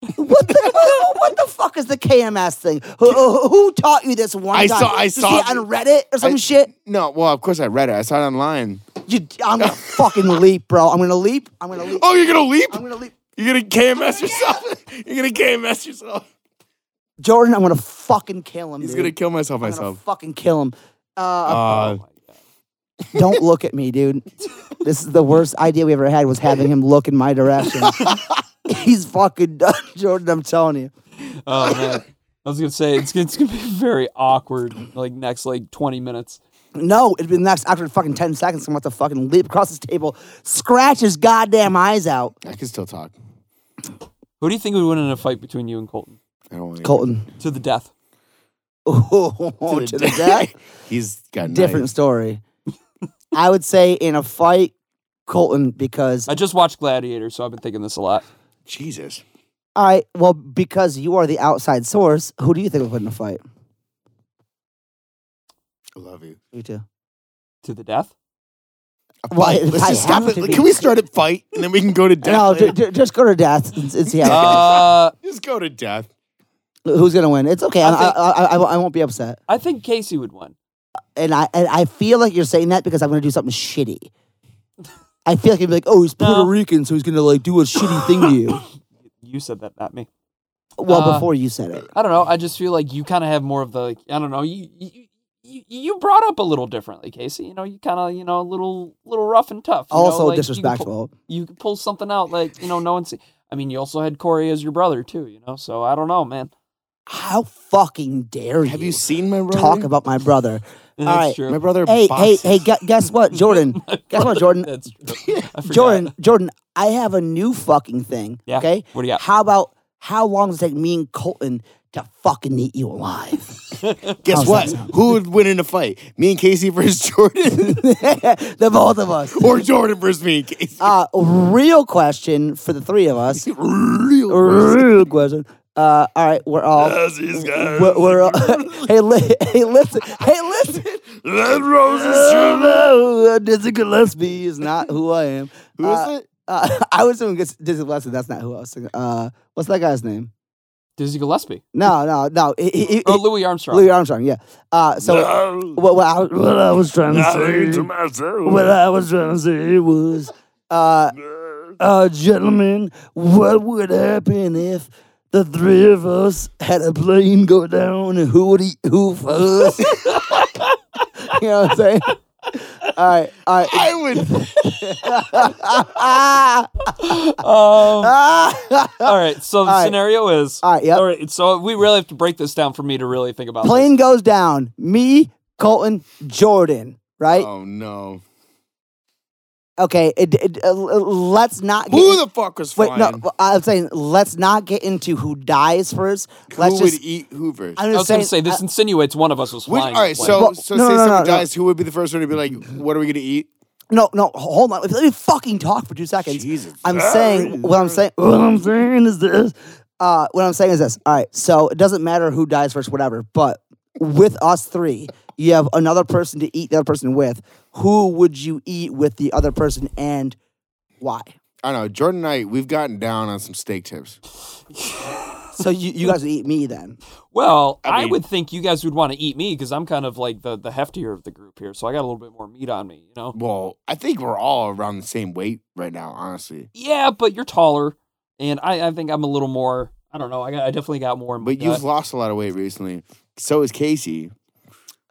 What the, *laughs* what, what the fuck is the KMS thing? Who, who, who taught you this one I time? saw- I Did you saw see it the- on Reddit or some I- shit. No, well, of course I read it. I saw it online. You, I'm gonna fucking leap, bro. I'm gonna leap. I'm gonna leap. Oh, you're gonna leap? I'm gonna leap. You're gonna KMS *laughs* yourself. you're gonna KMS yourself. Jordan, I'm gonna fucking kill him. He's dude. gonna kill myself I'm gonna myself. fucking kill him. Uh, Uh, don't look at me, dude. This is the worst idea we ever had. Was having him look in my *laughs* direction. He's fucking done, *laughs* Jordan. I'm telling you. Oh man. I was gonna say it's, it's gonna be *laughs* very awkward. Like next, like twenty minutes. No, it'd be the next after fucking ten seconds. I'm about to fucking leap across this table, scratch his goddamn eyes out. I can still talk. Who do you think would win in a fight between you and Colton? I don't want *laughs* Colton. To the death. *laughs* Oh, to the death. *laughs* He's got Different different. story. I would say in a fight, Colton, because I just watched Gladiator, so I've been thinking this a lot. Jesus. I well because you are the outside source. Who do you think would put in a fight? I love you. You too. To *laughs* the death. A Well, fight. if Let's I just stop have it. to be- Can we start at fight and then we can go to death? *laughs* No, later? ju- ju- just go to death and, and see how. Uh, just go to death. who's gonna win? It's okay. I, I I, think- I, I, I won't be upset. I think Casey would win. And I and I feel like you're saying that because I'm gonna do something shitty. I feel like you'd be like, oh, he's Puerto No. Rican, so he's gonna like do a shitty thing to *laughs* you. You said that, not me. Well, Uh, before you said it, I don't know. I just feel like you kind of have more of the. Like, I don't know. You, you you you brought up a little differently, Casey. You know, you kind of you know a little little rough and tough. you know, also like, you can pull- disrespectful. you could pull something out like you know no one see i mean you also had corey as your brother too you know so i don't *laughs* know man How fucking dare you? Have you seen my brother? talk about my brother? All that's right. true my brother. Hey, hey, boxes. hey! gu- Guess *laughs* what, Jordan? guess what, Jordan? that's true I forgot. Jordan, Jordan! I have a new fucking thing. Yeah. Okay. what do you got How about how long does it take me and Colton to fucking eat you alive? *laughs* Guess How's that what? sound? Who would win in a fight? Me and Casey versus *laughs* Jordan, the both of us. or Jordan versus me and Casey? Uh, real question for the three of us. Real person. real question. Uh, all right, we're all. Roses, guys. We're, we're all *laughs* hey, li- hey, listen, hey, *laughs* listen. Red roses. through the- *laughs* Oh, Dizzy Gillespie is not who I am. Who is Uh, it? Uh, *laughs* I was doing Dizzy Gillespie. That's not who I was thinking. Uh, what's that guy's name? Dizzy Gillespie No, no, no. He, he, he, or Louis Armstrong. Oh, Louis Armstrong. Yeah. Uh, so No, what, what, I, was- what I was trying to nothing say, myself. what I was trying to say was, uh, uh, gentlemen, what would happen if the three of us had a plane go down and who would eat who *laughs* first? you know what I'm saying? All right, all right. *laughs* I would. Ah, *laughs* *laughs* Um, ah. all right. So the All right. scenario is All right, yep. all right. So we really have to break this down for me to really think about. Plane goes down. Me, Colton, Jordan. Right? Oh no. Okay. It, it, uh, let's not. Get Who the fuck was wait? flying? No, I'm saying let's not get into who dies first. Let's Who would just. eat Hoover? I'm This. I just was saying. uh, gonna say this insinuates one of us was Which, flying. all right, the plane. so Well, so no, say no, no, someone no. dies, who would be the first one to be like, "What are we gonna eat?" uh, no, no. Hold on. Let me fucking talk for two seconds. Jesus. I'm saying what I'm saying. What I'm saying is this. Uh, what I'm saying is this. All right. So it doesn't matter who dies first, whatever. But with us three, you have another person to eat the other person with. Who would you eat with the other person and why? I know Jordan and I. We've gotten down on some steak tips. So you, you guys would eat me then. well, I I, mean- would think you guys would want to eat me because I'm kind of like the the heftier of the group here, so I got a little bit more meat on me. You know. Well, I think we're all around the same weight right now. Honestly, Yeah, but you're taller, and I I think I'm a little more. I don't know. I got I definitely got more. in my but you've gut. lost a lot of weight recently. So is Casey.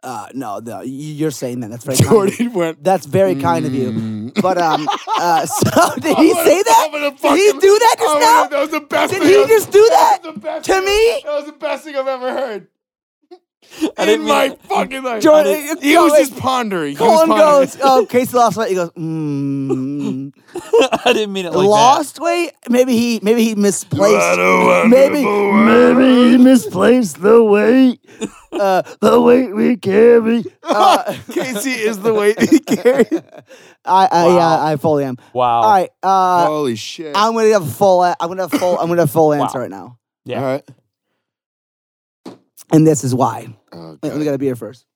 Uh, no, no, you- you're saying that. That's very kind. Of you. Jordan went. That's very kind of you. "Mm." But *laughs* um, uh, so did he I'm gonna- say that? I'm gonna Did he fucking- do that I'm just gonna- now? That was the best. Did thing he I've- just do that that was the best to thing- me? That was the best thing I've ever heard. *laughs* I In didn't mean my it. fucking life. Jordan, it's- he no, was it- just pondering. He was Colin pondering. goes, oh, Casey lost weight. He goes, *laughs* mm, I didn't mean it *laughs* like lost weight. Maybe he, maybe he misplaced. Maybe, maybe he misplaced the *laughs* weight. Uh, the weight we *laughs* carry. Uh, *laughs* Casey is the way he carried. I, I, Wow. yeah, I fully am. that. Wow. All right, *laughs* uh, Holy shit! I'm gonna have a full. I'm gonna have full. I'm gonna have full answer Wow. right now, Yeah. All right. and this is why. Oh, Wait, we God. gotta be here first.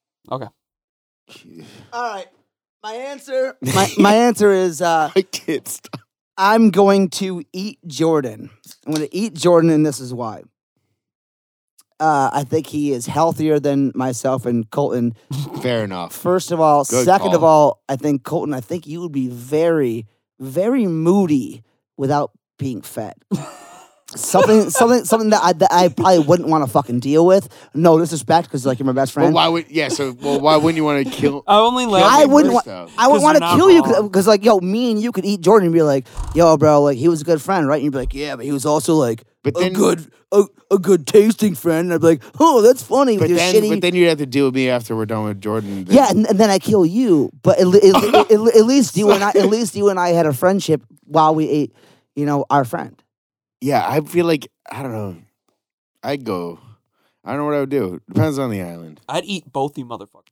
All right, my answer. My, my answer is uh, *laughs* I can't stop. I'm going to eat Jordan. I'm going to eat Jordan, and this is why. Uh, I think he is healthier than myself and Colton. Fair enough. First of all, Good second of call. all, I think Colton. I think you would be very, very moody without *laughs* being fed. something, something, something that I that I probably wouldn't want to fucking deal with. No disrespect, because like you're my best Well, friend. why would yeah? So well, why wouldn't you want to kill? I only kill laugh. I him wouldn't first, though? I would 'Cause want to they're not kill you wrong. because, like, yo, me and you could eat Jordan and be like, yo, bro, like he was a good friend, right? And you'd be like, yeah, but he was also like But a then- good, a, a good tasting friend. And I'd be like, oh, that's funny But with your then, shitty. but then you'd have to deal with me after we're done with Jordan. yeah, and, and then I kill you. But at, le- at, le- at, le- at least you and I, at least you and I had a friendship while we ate, you know, our friend. yeah. I feel like I don't know. I'd go. I don't know what I would do. Depends on the island. *laughs* I'd eat both you motherfuckers.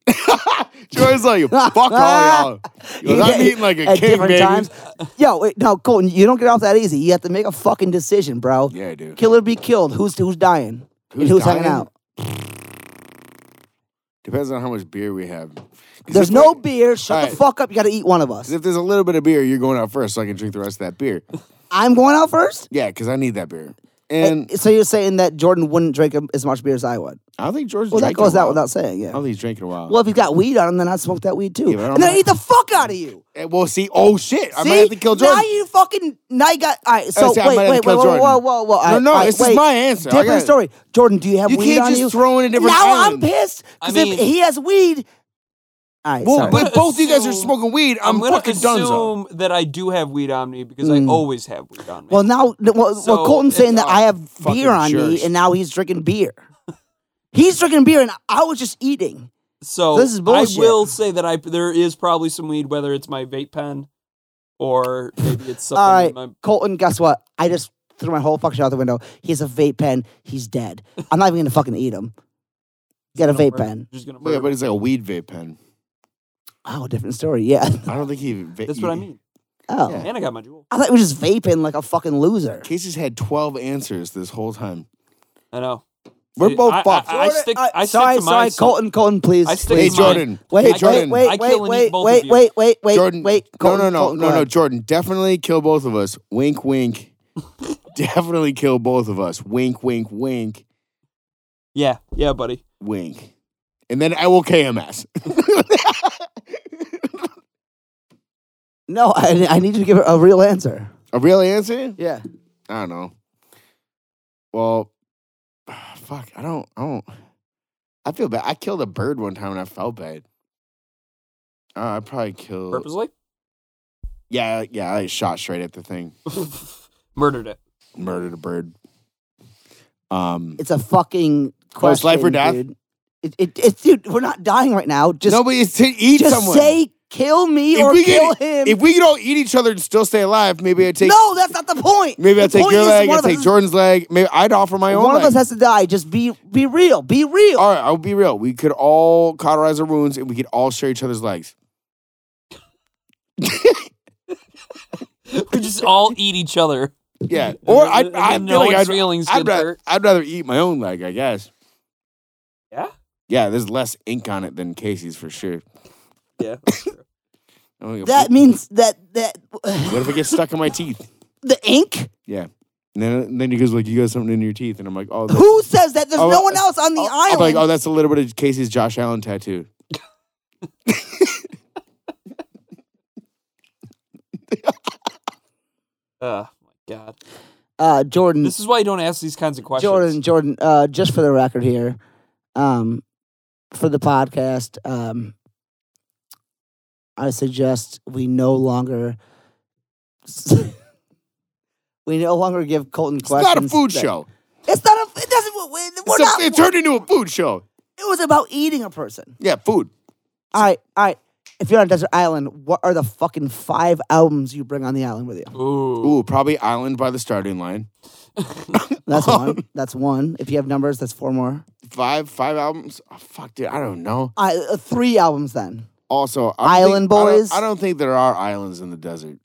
Jordan's like, fuck all y'all. He goes, You I'm get- eating like a at king, different baby. times. Yo, wait, no, Colton, you don't get off that easy. You have to make a fucking decision, bro. Yeah, I do. Kill or be killed. Who's who's dying? And who's hanging dying? out? Depends on how much beer we have. 'Cause There's if no we- beer. Shut All right. the fuck up. You got to eat one of us. 'cause if there's a little bit of beer, you're going out first, so I can drink the rest of that beer. I'm going out first. Yeah, because I need that beer. And And so you're saying that Jordan wouldn't drink a- as much beer as I would. I don't think George. Well, that drank in a goes out while. without saying. I Yeah. don't think he's drinking a while. Well, if he's got weed on him, then I'd smoke that weed too, Yeah, but I don't and then know. I'd eat the fuck out of you. Eh, well, see. Oh shit! I See? might have to kill George. Now you fucking now you got. All right. So say I might wait, have to wait, wait, kill whoa, whoa, Jordan. whoa, whoa, whoa. All No, right, no, all right, this is wait. my answer. I Different got it. story. Jordan, do you have You weed can't on just you? throw in a different now island. I'm pissed because I mean- if he has weed, all right. Well, sorry. but both of you guys are assume- smoking weed. I'm, gonna fucking done. assume that I do have weed on me because Mm. I always have weed on me. well, now well, well So, uh, Colton's saying that it's- I have fucking beer on jerks. me, and now he's drinking beer. he's drinking beer, and I was just eating. so this is bullshit. I will say that I there is probably some weed, whether it's my vape pen or maybe it's something. All right, in my, Colton, guess what? I just threw my whole fucking shit out the window. He has a vape pen. He's dead. I'm not even gonna fucking eat him. Get a gonna vape murder- pen. Just gonna Yeah, murder. but it's like a weed vape pen. Oh, different story. Yeah. *laughs* I don't think he even. va- That's what I he- mean. Oh, Yeah. And I got my jewel. I thought he was just vaping like a fucking loser. Casey's had twelve answers this whole time. I know. We're Dude, both I- I- fucked. I stick- Uh, I stick sorry, to sorry, mine, so- Colton, Colton, please. I stick to hey please. mine. Jordan. Wait, hey wait, Jordan. wait, I wait, kill and eat wait, both of wait, you. wait, wait, wait, Jordan. wait. Colton, no, no, no, Colton, go no, no. ahead. Jordan, definitely kill both of us. Wink, *laughs* wink. definitely kill both of us. Wink, wink, wink, Yeah, yeah, buddy. wink. And then I will KMS. No, I, I need you to give a real answer. *laughs* a real answer? Yeah. I don't know. Well, *sighs* fuck. I don't. I don't. I feel bad. I killed a bird one time and I felt bad. Uh, I probably killed. Purposely Yeah, yeah. I shot straight at the thing. murdered it. *laughs* Murdered a bird. Um. It's a fucking question. Close life or death? Dude. It, it, it's dude, we're not dying right now. Just, nobody is to eat just someone. say, kill me If or we kill get- him. if we could all eat each other and still stay alive, maybe I'd take. no, that's not the point. Maybe the I'd take point your is leg. one I'd of us take is- Jordan's leg. Maybe I'd offer my own. One of leg. us has to die. Just be, be real. Be real. All right, I'll be real. We could all cauterize our wounds and we could all share each other's legs. We just all eat each other. *laughs* Yeah. Or And I, then- I and then feel no like one's I'd, feelings I'd, get rather- hurt. I'd rather eat my own leg, I guess. Yeah? Yeah, there's less ink on it than Casey's for sure. *laughs* Yeah. I don't give a That fuck. means that, that what if it gets stuck in my teeth? *sighs* the ink? Yeah. And then, and then he goes like, "You got something in your teeth," and I'm like, "Oh, that's- Who says that? There's Oh, no one else on the I'm island. like, oh, that's a little bit of Casey's Josh Allen tattoo." Oh my god. oh, uh, Jordan, This is why you don't ask these kinds of questions. Jordan, Jordan. Uh, just for the record here, um, for the podcast, um, I suggest we no longer *laughs* we no longer give Colton It's questions. not a food that- show. It's not a. It doesn't. we- we- We're It's a- not, it turned into a food show. it was about eating a person. Yeah, food. All right, all right. If you're on a desert island, what are the fucking five albums you bring on the island with you? Ooh. Ooh, probably Island by the starting line. *laughs* That's Oh. one. That's one. If you have numbers, that's four more. Five, five albums. Oh, fuck, dude, I don't know. I, uh, three albums then. Also, I don't Island think- I don't- Boys? I don't think there are islands in the desert.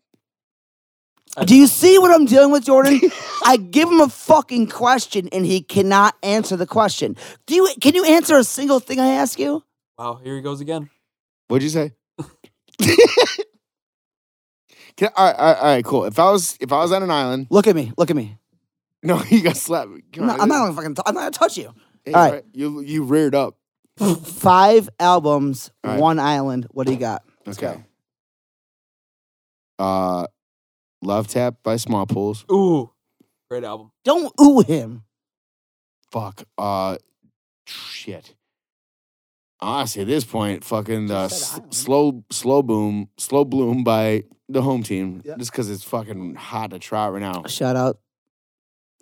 I- Do you see what I'm dealing with, Jordan? *laughs* I give him a fucking question and he cannot answer the question. Do you? Can you answer a single thing I ask you? Wow, here he goes again. What'd you *laughs* say? Can, all, right, all right, all right, cool. If I was if I was on an island, *laughs* Look at me. Look at me. no, you got slapped. I'm not, I'm not gonna fucking. i I'm not gonna touch you. Hey, all right. you you reared up. Five albums, All right. one island. What do you got? Okay. Uh, Love Tap by Small Pools. Ooh. Great album. Don't ooh him. Fuck. Uh, shit. Honestly, at this point, fucking the Just s- said island. slow slow boom slow bloom by the home team. Yeah. Just because it's fucking hot to try right now. Shout out,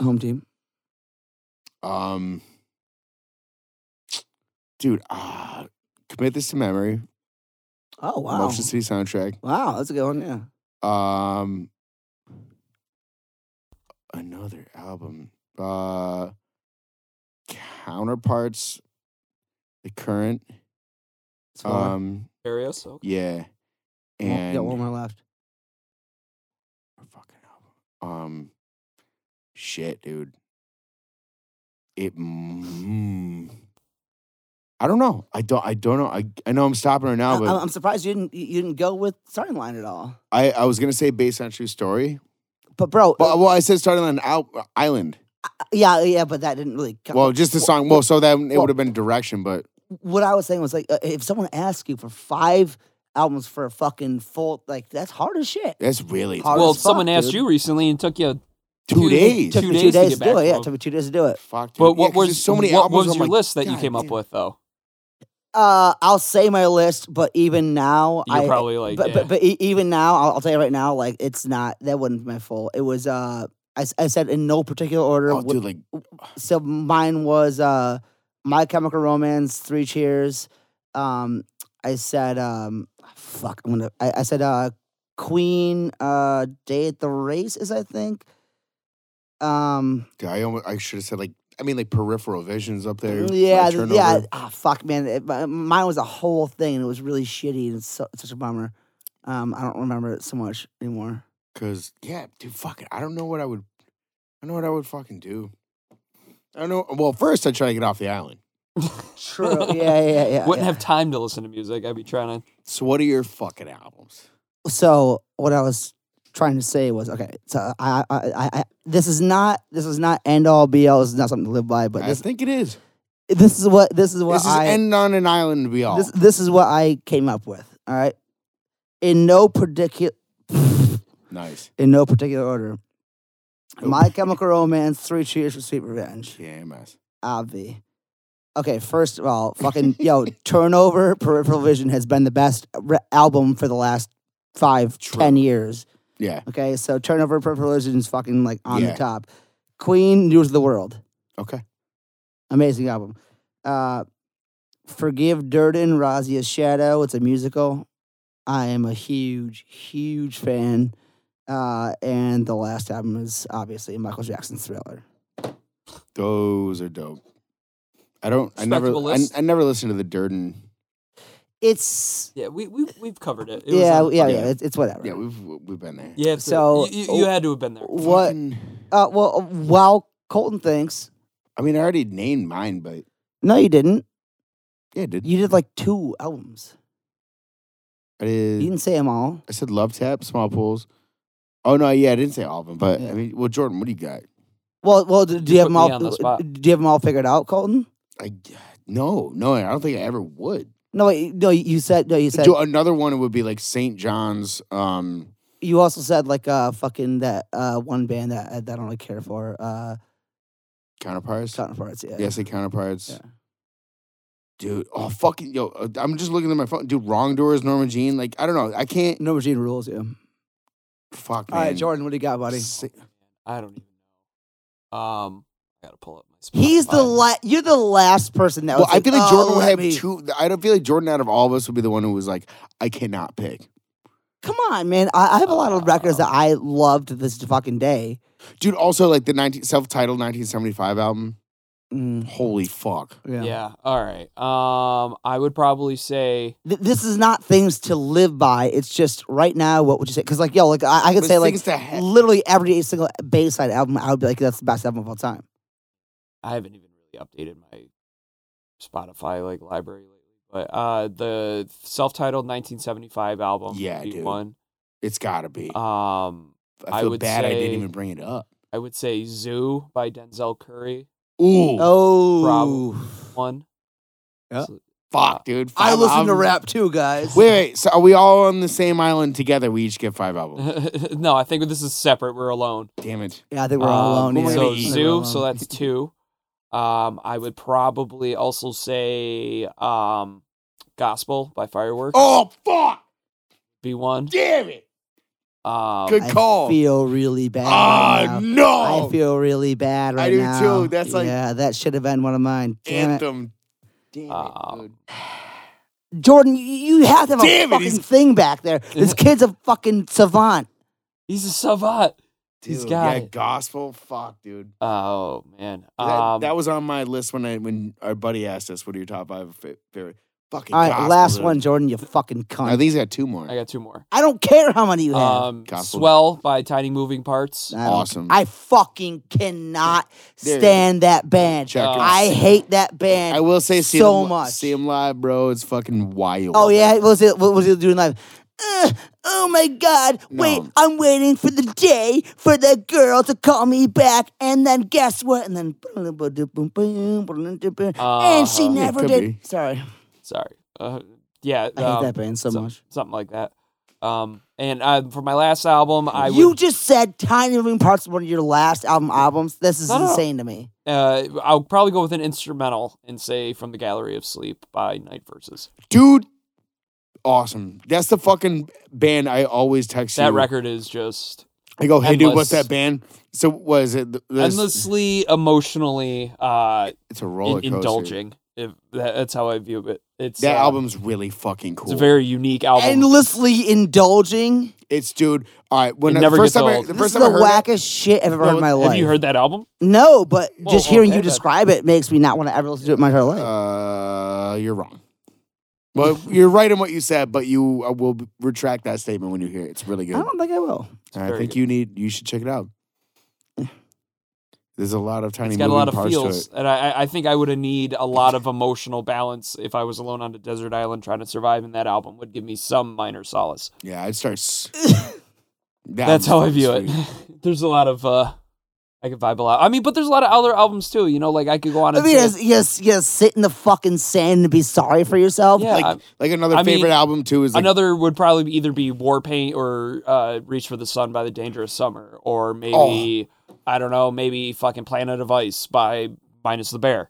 home team. Um, dude, ah, commit this to memory. Oh wow. Motion City soundtrack. Wow, that's a good one. Yeah. Um, another album. Uh, counterparts. The current. It's four. Um, Arios. Okay. yeah, One- and got one more left. fucking album. Um, shit, dude. It. Mm, I don't know. I don't. I don't know. I. I know I'm stopping right now, I- but I'm, I'm surprised you didn't you you didn't go with starting line at all. I. I was gonna say based on true story, But bro, but well, I said starting on Al- uh, Island. yeah, yeah, but that didn't really. Count. Well, just the song. Well, so that it would have been direction, but what I was saying was like, uh, if someone asks you for five albums for a fucking full, like that's hard as shit. that's really Hard well, as fuck, someone asked dude. you recently and took you. two days. Took Two me days to get do back it. Yeah, from- took me two days to do it. Fuck, dude. But Yeah, what 'cause was there's so many what albums? was I'm your like, list that you God came up damn. with though? Uh, I'll say my list, but even now, You're I probably like, but, yeah. but but e- even now, I'll, I'll tell you right now, like it's not that wouldn't be my full. It was uh, I, s- I said in no particular order. Oh, what- dude, like so mine was uh my chemical romance three cheers um i said um fuck i'm gonna i, I said uh queen uh day at the races i think um dude, I almost I should have said like I mean, like peripheral visions up there. by Mm, Yeah, th- yeah. turnover. Ah, fuck, man. It- my- mine was a whole thing, and it was really shitty, and it's, so, it's such a bummer. Um, I don't remember it so much anymore. Cause yeah, dude, fucking, I don't know what I would, I don't know what I would fucking do. I don't know. Well, first I try to get off the island. *laughs* True. yeah, *laughs* yeah, yeah. yeah. Wouldn't have time to listen to music. I'd be trying to. So what are your fucking albums? so what I was trying to say was okay. So I, I, I, I this is not this is not end all be all. This is not something to live by. But I this, think it is. this is what this is what this is I end on an island to be all. this, this is what I came up with. All right. In no particular nice. in no particular order. My Chemical Romance, Three Cheers for Sweet Revenge. Yeah, mess. Obvi. Okay, first of all, *laughs* fucking yo, Turnover Peripheral Vision has been the best re- album for the last five, True. ten years. Yeah. Okay, so Turnover Peripheral Vision is fucking like on Yeah. the top. Queen, News of the World, Okay. amazing album. Uh, Forgive Durden, Razia's Shadow. It's a musical. I am a huge, huge fan. Uh, and the last album is obviously Michael Jackson's Thriller. Those are dope. I don't. I never. Respectable I, list. I never listened to the Durden. It's Yeah, we we we've covered it. It was yeah, on- yeah, uh, yeah. yeah. It's, it's whatever. Yeah, we've we've been there. You have to- So- oh, you, you, you had to have been there. What? Fucking- Uh, well, while Colton thinks, I mean, I already named mine, but no, you didn't. yeah, did You did like two albums. I You did? didn't say them all. I said Love Tap, Small Pools. Oh no, yeah, I didn't say all of them, but I Yeah. mean, well, Jordan, what do you got? Well, well, do, do you You have them put me all? on the spot. Do you have them all figured out, Colton? I no, no, I don't think I ever would. No, wait, no. You said no. You said Do another one would be like St. John's. Um, you also said like uh fucking that uh one band that, that I don't really care for uh counterparts. counterparts. Yeah. Yeah, I say counterparts. Yeah. Dude, oh fucking yo, uh, I'm just looking at my phone. Dude, wrong doors, Norma Jean. Like I don't know, I can't. No machine rules. Yeah. Fuck man. oh All right, Jordan. What do you got, buddy? Sa- Oh, I don't even know. Um, I gotta pull up my. He's the Spotify. la- You're the last person that. Well, was I feel like "Oh, Jordan would let have me-" two. I don't feel like Jordan out of all of us would be the one who was like, I cannot pick. Come on, man. I, I have a lot of records that Oh. I love to this fucking day. Dude, also like the 19, self-titled 1975 album. Mm, Holy fuck. Yeah. All right. Um, I would probably say th- this is not things to live by. It's just right now. What would you say? Because like yo, like I, I could But say like things to ha- literally every single Bayside album, I would be like that's the best album of all time. I haven't even really updated my Spotify like library lately, but uh, the self-titled 1975 album. Yeah, would be dude. One. It's gotta be. Uh, Um, I I feel would bad I say- didn't even bring it up. I would say Zoo by Denzel Curry. Ooh, Oh, Probably. One. Yeah. So- fuck, dude. I Five listen to albums. rap too, guys. Wait, wait. So are we all on the same island together? We each get five albums. Oh. *laughs* no, I think this is separate. We're alone. Mm-hmm. Damn it. Yeah, I think we're Um, all alone. who yeah. am I So gonna eat? I think we're all zoo, so alone. that's two. Um, I would probably also say um, gospel by Fireworks Oh fuck! be one. Damn it! Um, Good call. I feel really bad. right Ah now. no! I feel really bad I right do now. too. That's like- yeah, that should have been one of mine. Damn it. anthem. Ah, Damn Um, dude. Jordan, y- you have to have Damn it, a fucking he's- thing back *laughs* there. This kid's a fucking savant. he's a savant. Dude, He's got yeah, it. gospel. Fuck, dude. Oh man, That, um, that was on my list when I when our buddy asked us, "What are your top five fa- favorite?" Fucking. All right, gospel, last dude. one, Jordan. You fucking cunt. I think he's Oh, got two more. I got two more. I don't care how many you have. Um, Gospel. swell by Tiny Moving Parts. I don't- awesome. I fucking cannot There you stand that band. Check Uh, it. I hate that band. I will say, see so them, much. See him live, bro. It's fucking wild. oh yeah, what was it? What was it doing live? Uh, oh my god! Wait, No. I'm waiting for the day for the girl to call me back, and then guess what? And then and Uh-huh. she never could did. be. Sorry, Sorry. Uh, yeah, I hate um, that band so, some- much. Something like that. Um, and uh, for my last album, I you would just said Tiny Moving Parts is one of your last album albums. This is No, no, no. insane to me. uh, I'll probably go with an instrumental and say "From the Gallery of Sleep" by Night Verses. dude. Awesome. That's the fucking band I always text you. That record is just I go, hey, dude, what's that endless. band? So was it? th- This, endlessly emotionally uh, It's a in- roller coaster. indulging. If that, that's how I view it. It's That uh, album's really fucking cool. It's a very unique album. Endlessly indulging. It's dude. All right, when It I- never first gets time I, old. the This first is the time I heard it, wackest shit I've ever No, heard in my have Have life. you heard that album? No, but Well, just hearing okay, you that's- describe it makes me not want to ever listen to it in my entire life. uh, you're wrong. Well, you're right in what you said, but you uh, will retract that statement when you hear it. It's really I good. don't think I will. And I very think good. you need. You should check it out. There's a lot of tiny. It's got a lot moving parts of to feels, it. and I, I- I think I would have need a lot of emotional balance if I was alone on a desert island trying to survive, and that album would give me some minor solace. Yeah, it *laughs* starts. That's how I view it. *laughs* there's a lot of uh, I could vibe a lot. I mean, but there's a lot of other albums too. You know, like I could go on. I and mean, say- yes, yes, yes. Sit in the fucking sand and be sorry for yourself. yeah, like- I- Like another I mean, favorite album too is like, another would probably be- either be War Paint or uh, Reach for the Sun by the Dangerous Summer, or maybe Oh. I don't know, maybe fucking Planet of Ice by Minus the Bear.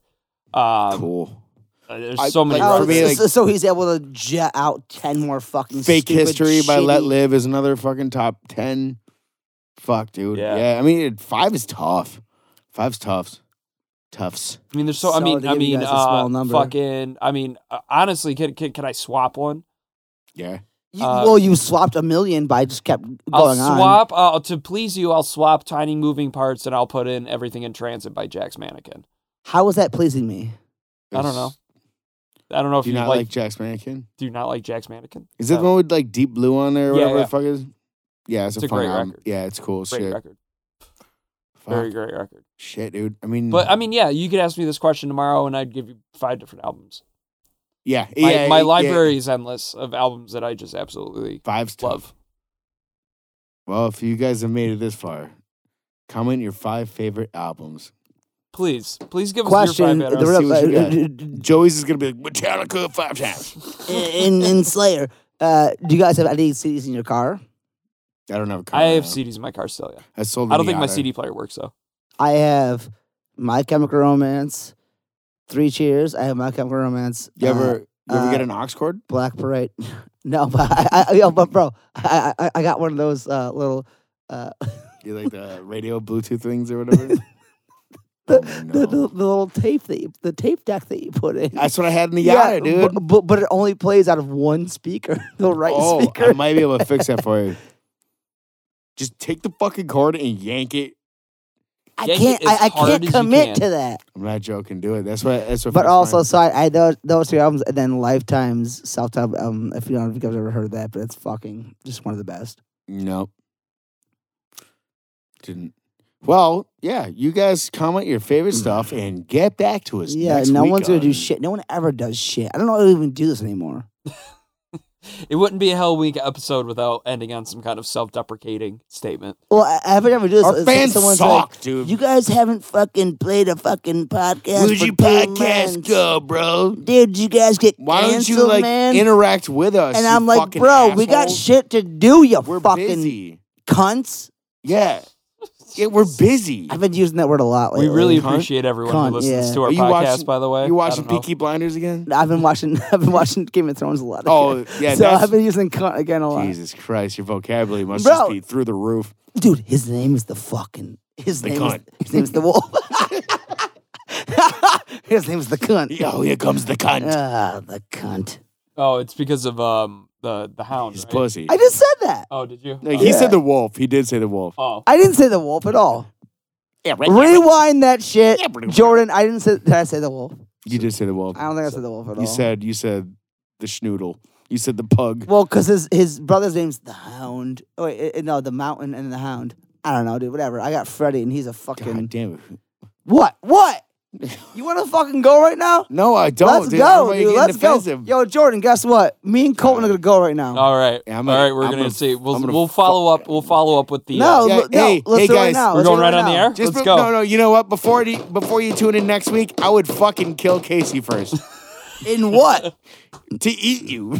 Um, cool. uh, There's I- so many. like, Oh, for me, so- like- so, so he's able to jet out ten more fucking Fake stupid, History by shitty- Let Live is another fucking top 10. Fuck, dude. Yeah. Yeah. I mean, it, five is tough. Five's tough. Toughs. I mean, there's so. I Sorry mean, to I give you mean, guys a small uh, number. fucking. I mean, uh, honestly, can, can can I swap one? Yeah. You- uh, well, you swapped a million, but I just kept going I'll on. swap uh, to please you. I'll swap tiny moving parts, and I'll put in everything in transit by Jack's Mannequin. How was that pleasing me? I don't know. I don't know if Do you, you not like, like, Jack's Mannequin? Do you not like Jack's Mannequin? Is that Uh, the one with like Deep Blue on there or Yeah, whatever yeah. the fuck it is? Yeah, it's, It's a, a fun great album. record. Yeah, it's cool. Great shit. record. Fuck. Very great record. Shit, dude. I mean, But I mean, yeah, you could ask me this question tomorrow, and I'd give you five different albums. yeah. E My, yeah, my yeah. library is endless of albums that I just absolutely Five's tough. love. Well, if you guys have made it this far, comment your five favorite albums. Please, please give Question: us the your five real- better. see what you got. real- uh, Joey's is going to be like, Metallica five times. *laughs* in, in Slayer. Uh, do you guys have any CDs in your car? I don't have a I have comment. CDs in my car still. Yeah, I sold I don't think my Miata. CD player works though. I have My Chemical Romance, Three Cheers. I have My Chemical Romance. You uh, ever you ever uh, get an ox cord? Black Parade. *laughs* No, but I, I, yo, but bro, I, I, I got one of those uh, little uh, *laughs* You like the radio Bluetooth things or whatever? the, Oh, the, the, no. the little tape that you, the tape deck that you put in. That's what I had in the Yada, dude. But, but but it only plays out of one speaker, *laughs* the right oh, speaker. I might be able to fix that for *laughs* you. Just take the fucking cord and yank it. I yank it can't. as I, I hard can't as you commit can. to that. I'm not joking. Do it. That's what. That's what. But fixed also, mine. so I, I those, those two albums, and then Lifetime's self titled album. If you don't know if you've ever heard of that, but it's fucking just one of the best. no, didn't. Well, yeah. You guys comment your favorite stuff and get back to us. Mm. Yeah, next no week uh, one's gonna do on- shit. No one ever does shit. I don't know how to even do this anymore. It wouldn't be a Hell Week episode without ending on some kind of self-deprecating statement. Well, I, I haven't ever do this. Our It's like fans someone's suck, like, dude. You guys haven't fucking played a fucking podcast. Where's for your two podcast months. go, bro? Dude, you guys get Why don't canceled, you like man? interact with us? and you I'm like, fucking bro, we got assholes? shit to do, you We're fucking busy. cunts. Yeah. Yeah, *laughs* we're busy. I've been using that word a lot lately. We really Cunt. appreciate everyone Cunt, who listens yeah. to our Are you podcast. watching- by the way, You I watching don't know. Peaky Blinders again? I've been watching. *laughs* I've been watching Game of Thrones a lot. Oh, *laughs* again. yeah. so that's, I've been using cunt again a lot. Jesus Christ, your vocabulary must Bro. just be through the *laughs* roof. Dude, his name is the fucking. His The name cunt. is. His name is the wolf. *laughs* his name is *laughs* the cunt. Yo, here comes the cunt. Ah, the cunt. Oh, it's because of um the the hound. He's right? pussy. I just said that. Oh, did you? No, he Yeah. said the wolf. He did say the wolf. Oh, I didn't say the wolf at all. Yeah, right. Rewind that shit, Yeah, but- Jordan. I didn't say. Did I say the wolf? You did say the wolf. I don't think I said the wolf at all. You said you said the schnoodle. You said the pug. Well, because his his brother's name's the Hound. Oh, wait, eh, eh, no, the Mountain and the Hound. I don't know, dude. Whatever. I got Freddy, and he's a fucking. God damn it. What? *laughs* What? You want to fucking go right now? No, I don't. Let's dude. go, Everybody dude. getting Let's defensive. Oh, go. Yo, Jordan, guess what? Me and Colton are gonna go right now. all right. Yeah, I'm all gonna- right, we're I'm gonna, gonna- see. We'll I'm gonna we'll fuck- follow up. We'll follow up with the. no, uh, Yeah, look, no, hey, let's hey, do it right guys. now. We're Let's going do it right on the now. air? Just Let's be- go. No, no. You know what? Before the, before you tune in next week, I would fucking kill Casey *laughs* first. In *laughs* what? to eat you.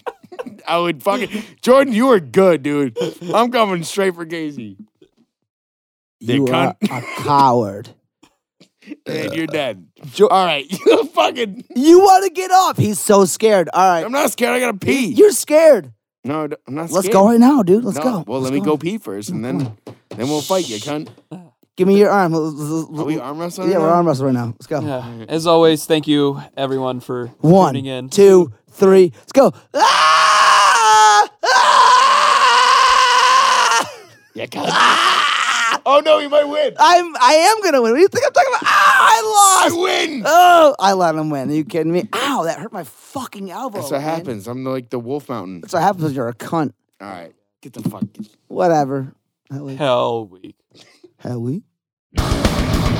*laughs* I would fucking Jordan, you are good, dude. I'm coming straight for Casey. you are a coward. And you're dead. All right. *laughs* You fucking You want to get up? He's so scared. All right. I'm not scared. I gotta pee. You're scared. no, d- I'm not scared. Let's go right now, dude. Let's No, go. Well, Let's let me go pee first and then then we'll fight you, cunt. Give me your arm. Are we arm wrestling? yeah, right we're now? arm wrestling right now. Let's go. Yeah. As always, thank you everyone for One, tuning in. two, three. Let's go. Ah! Ah! Yeah, God. *laughs* Oh no, he might win. I'm. I am gonna win. What do you think I'm talking about? Ah, I I lost. win. Oh, I let him win. Are you kidding me? Ow, that hurt my fucking elbow. That's what man. happens. I'm the, like the Wolf Mountain. That's what happens when you're a cunt. All right, get the fuck. Whatever. How we? Hell week. How we?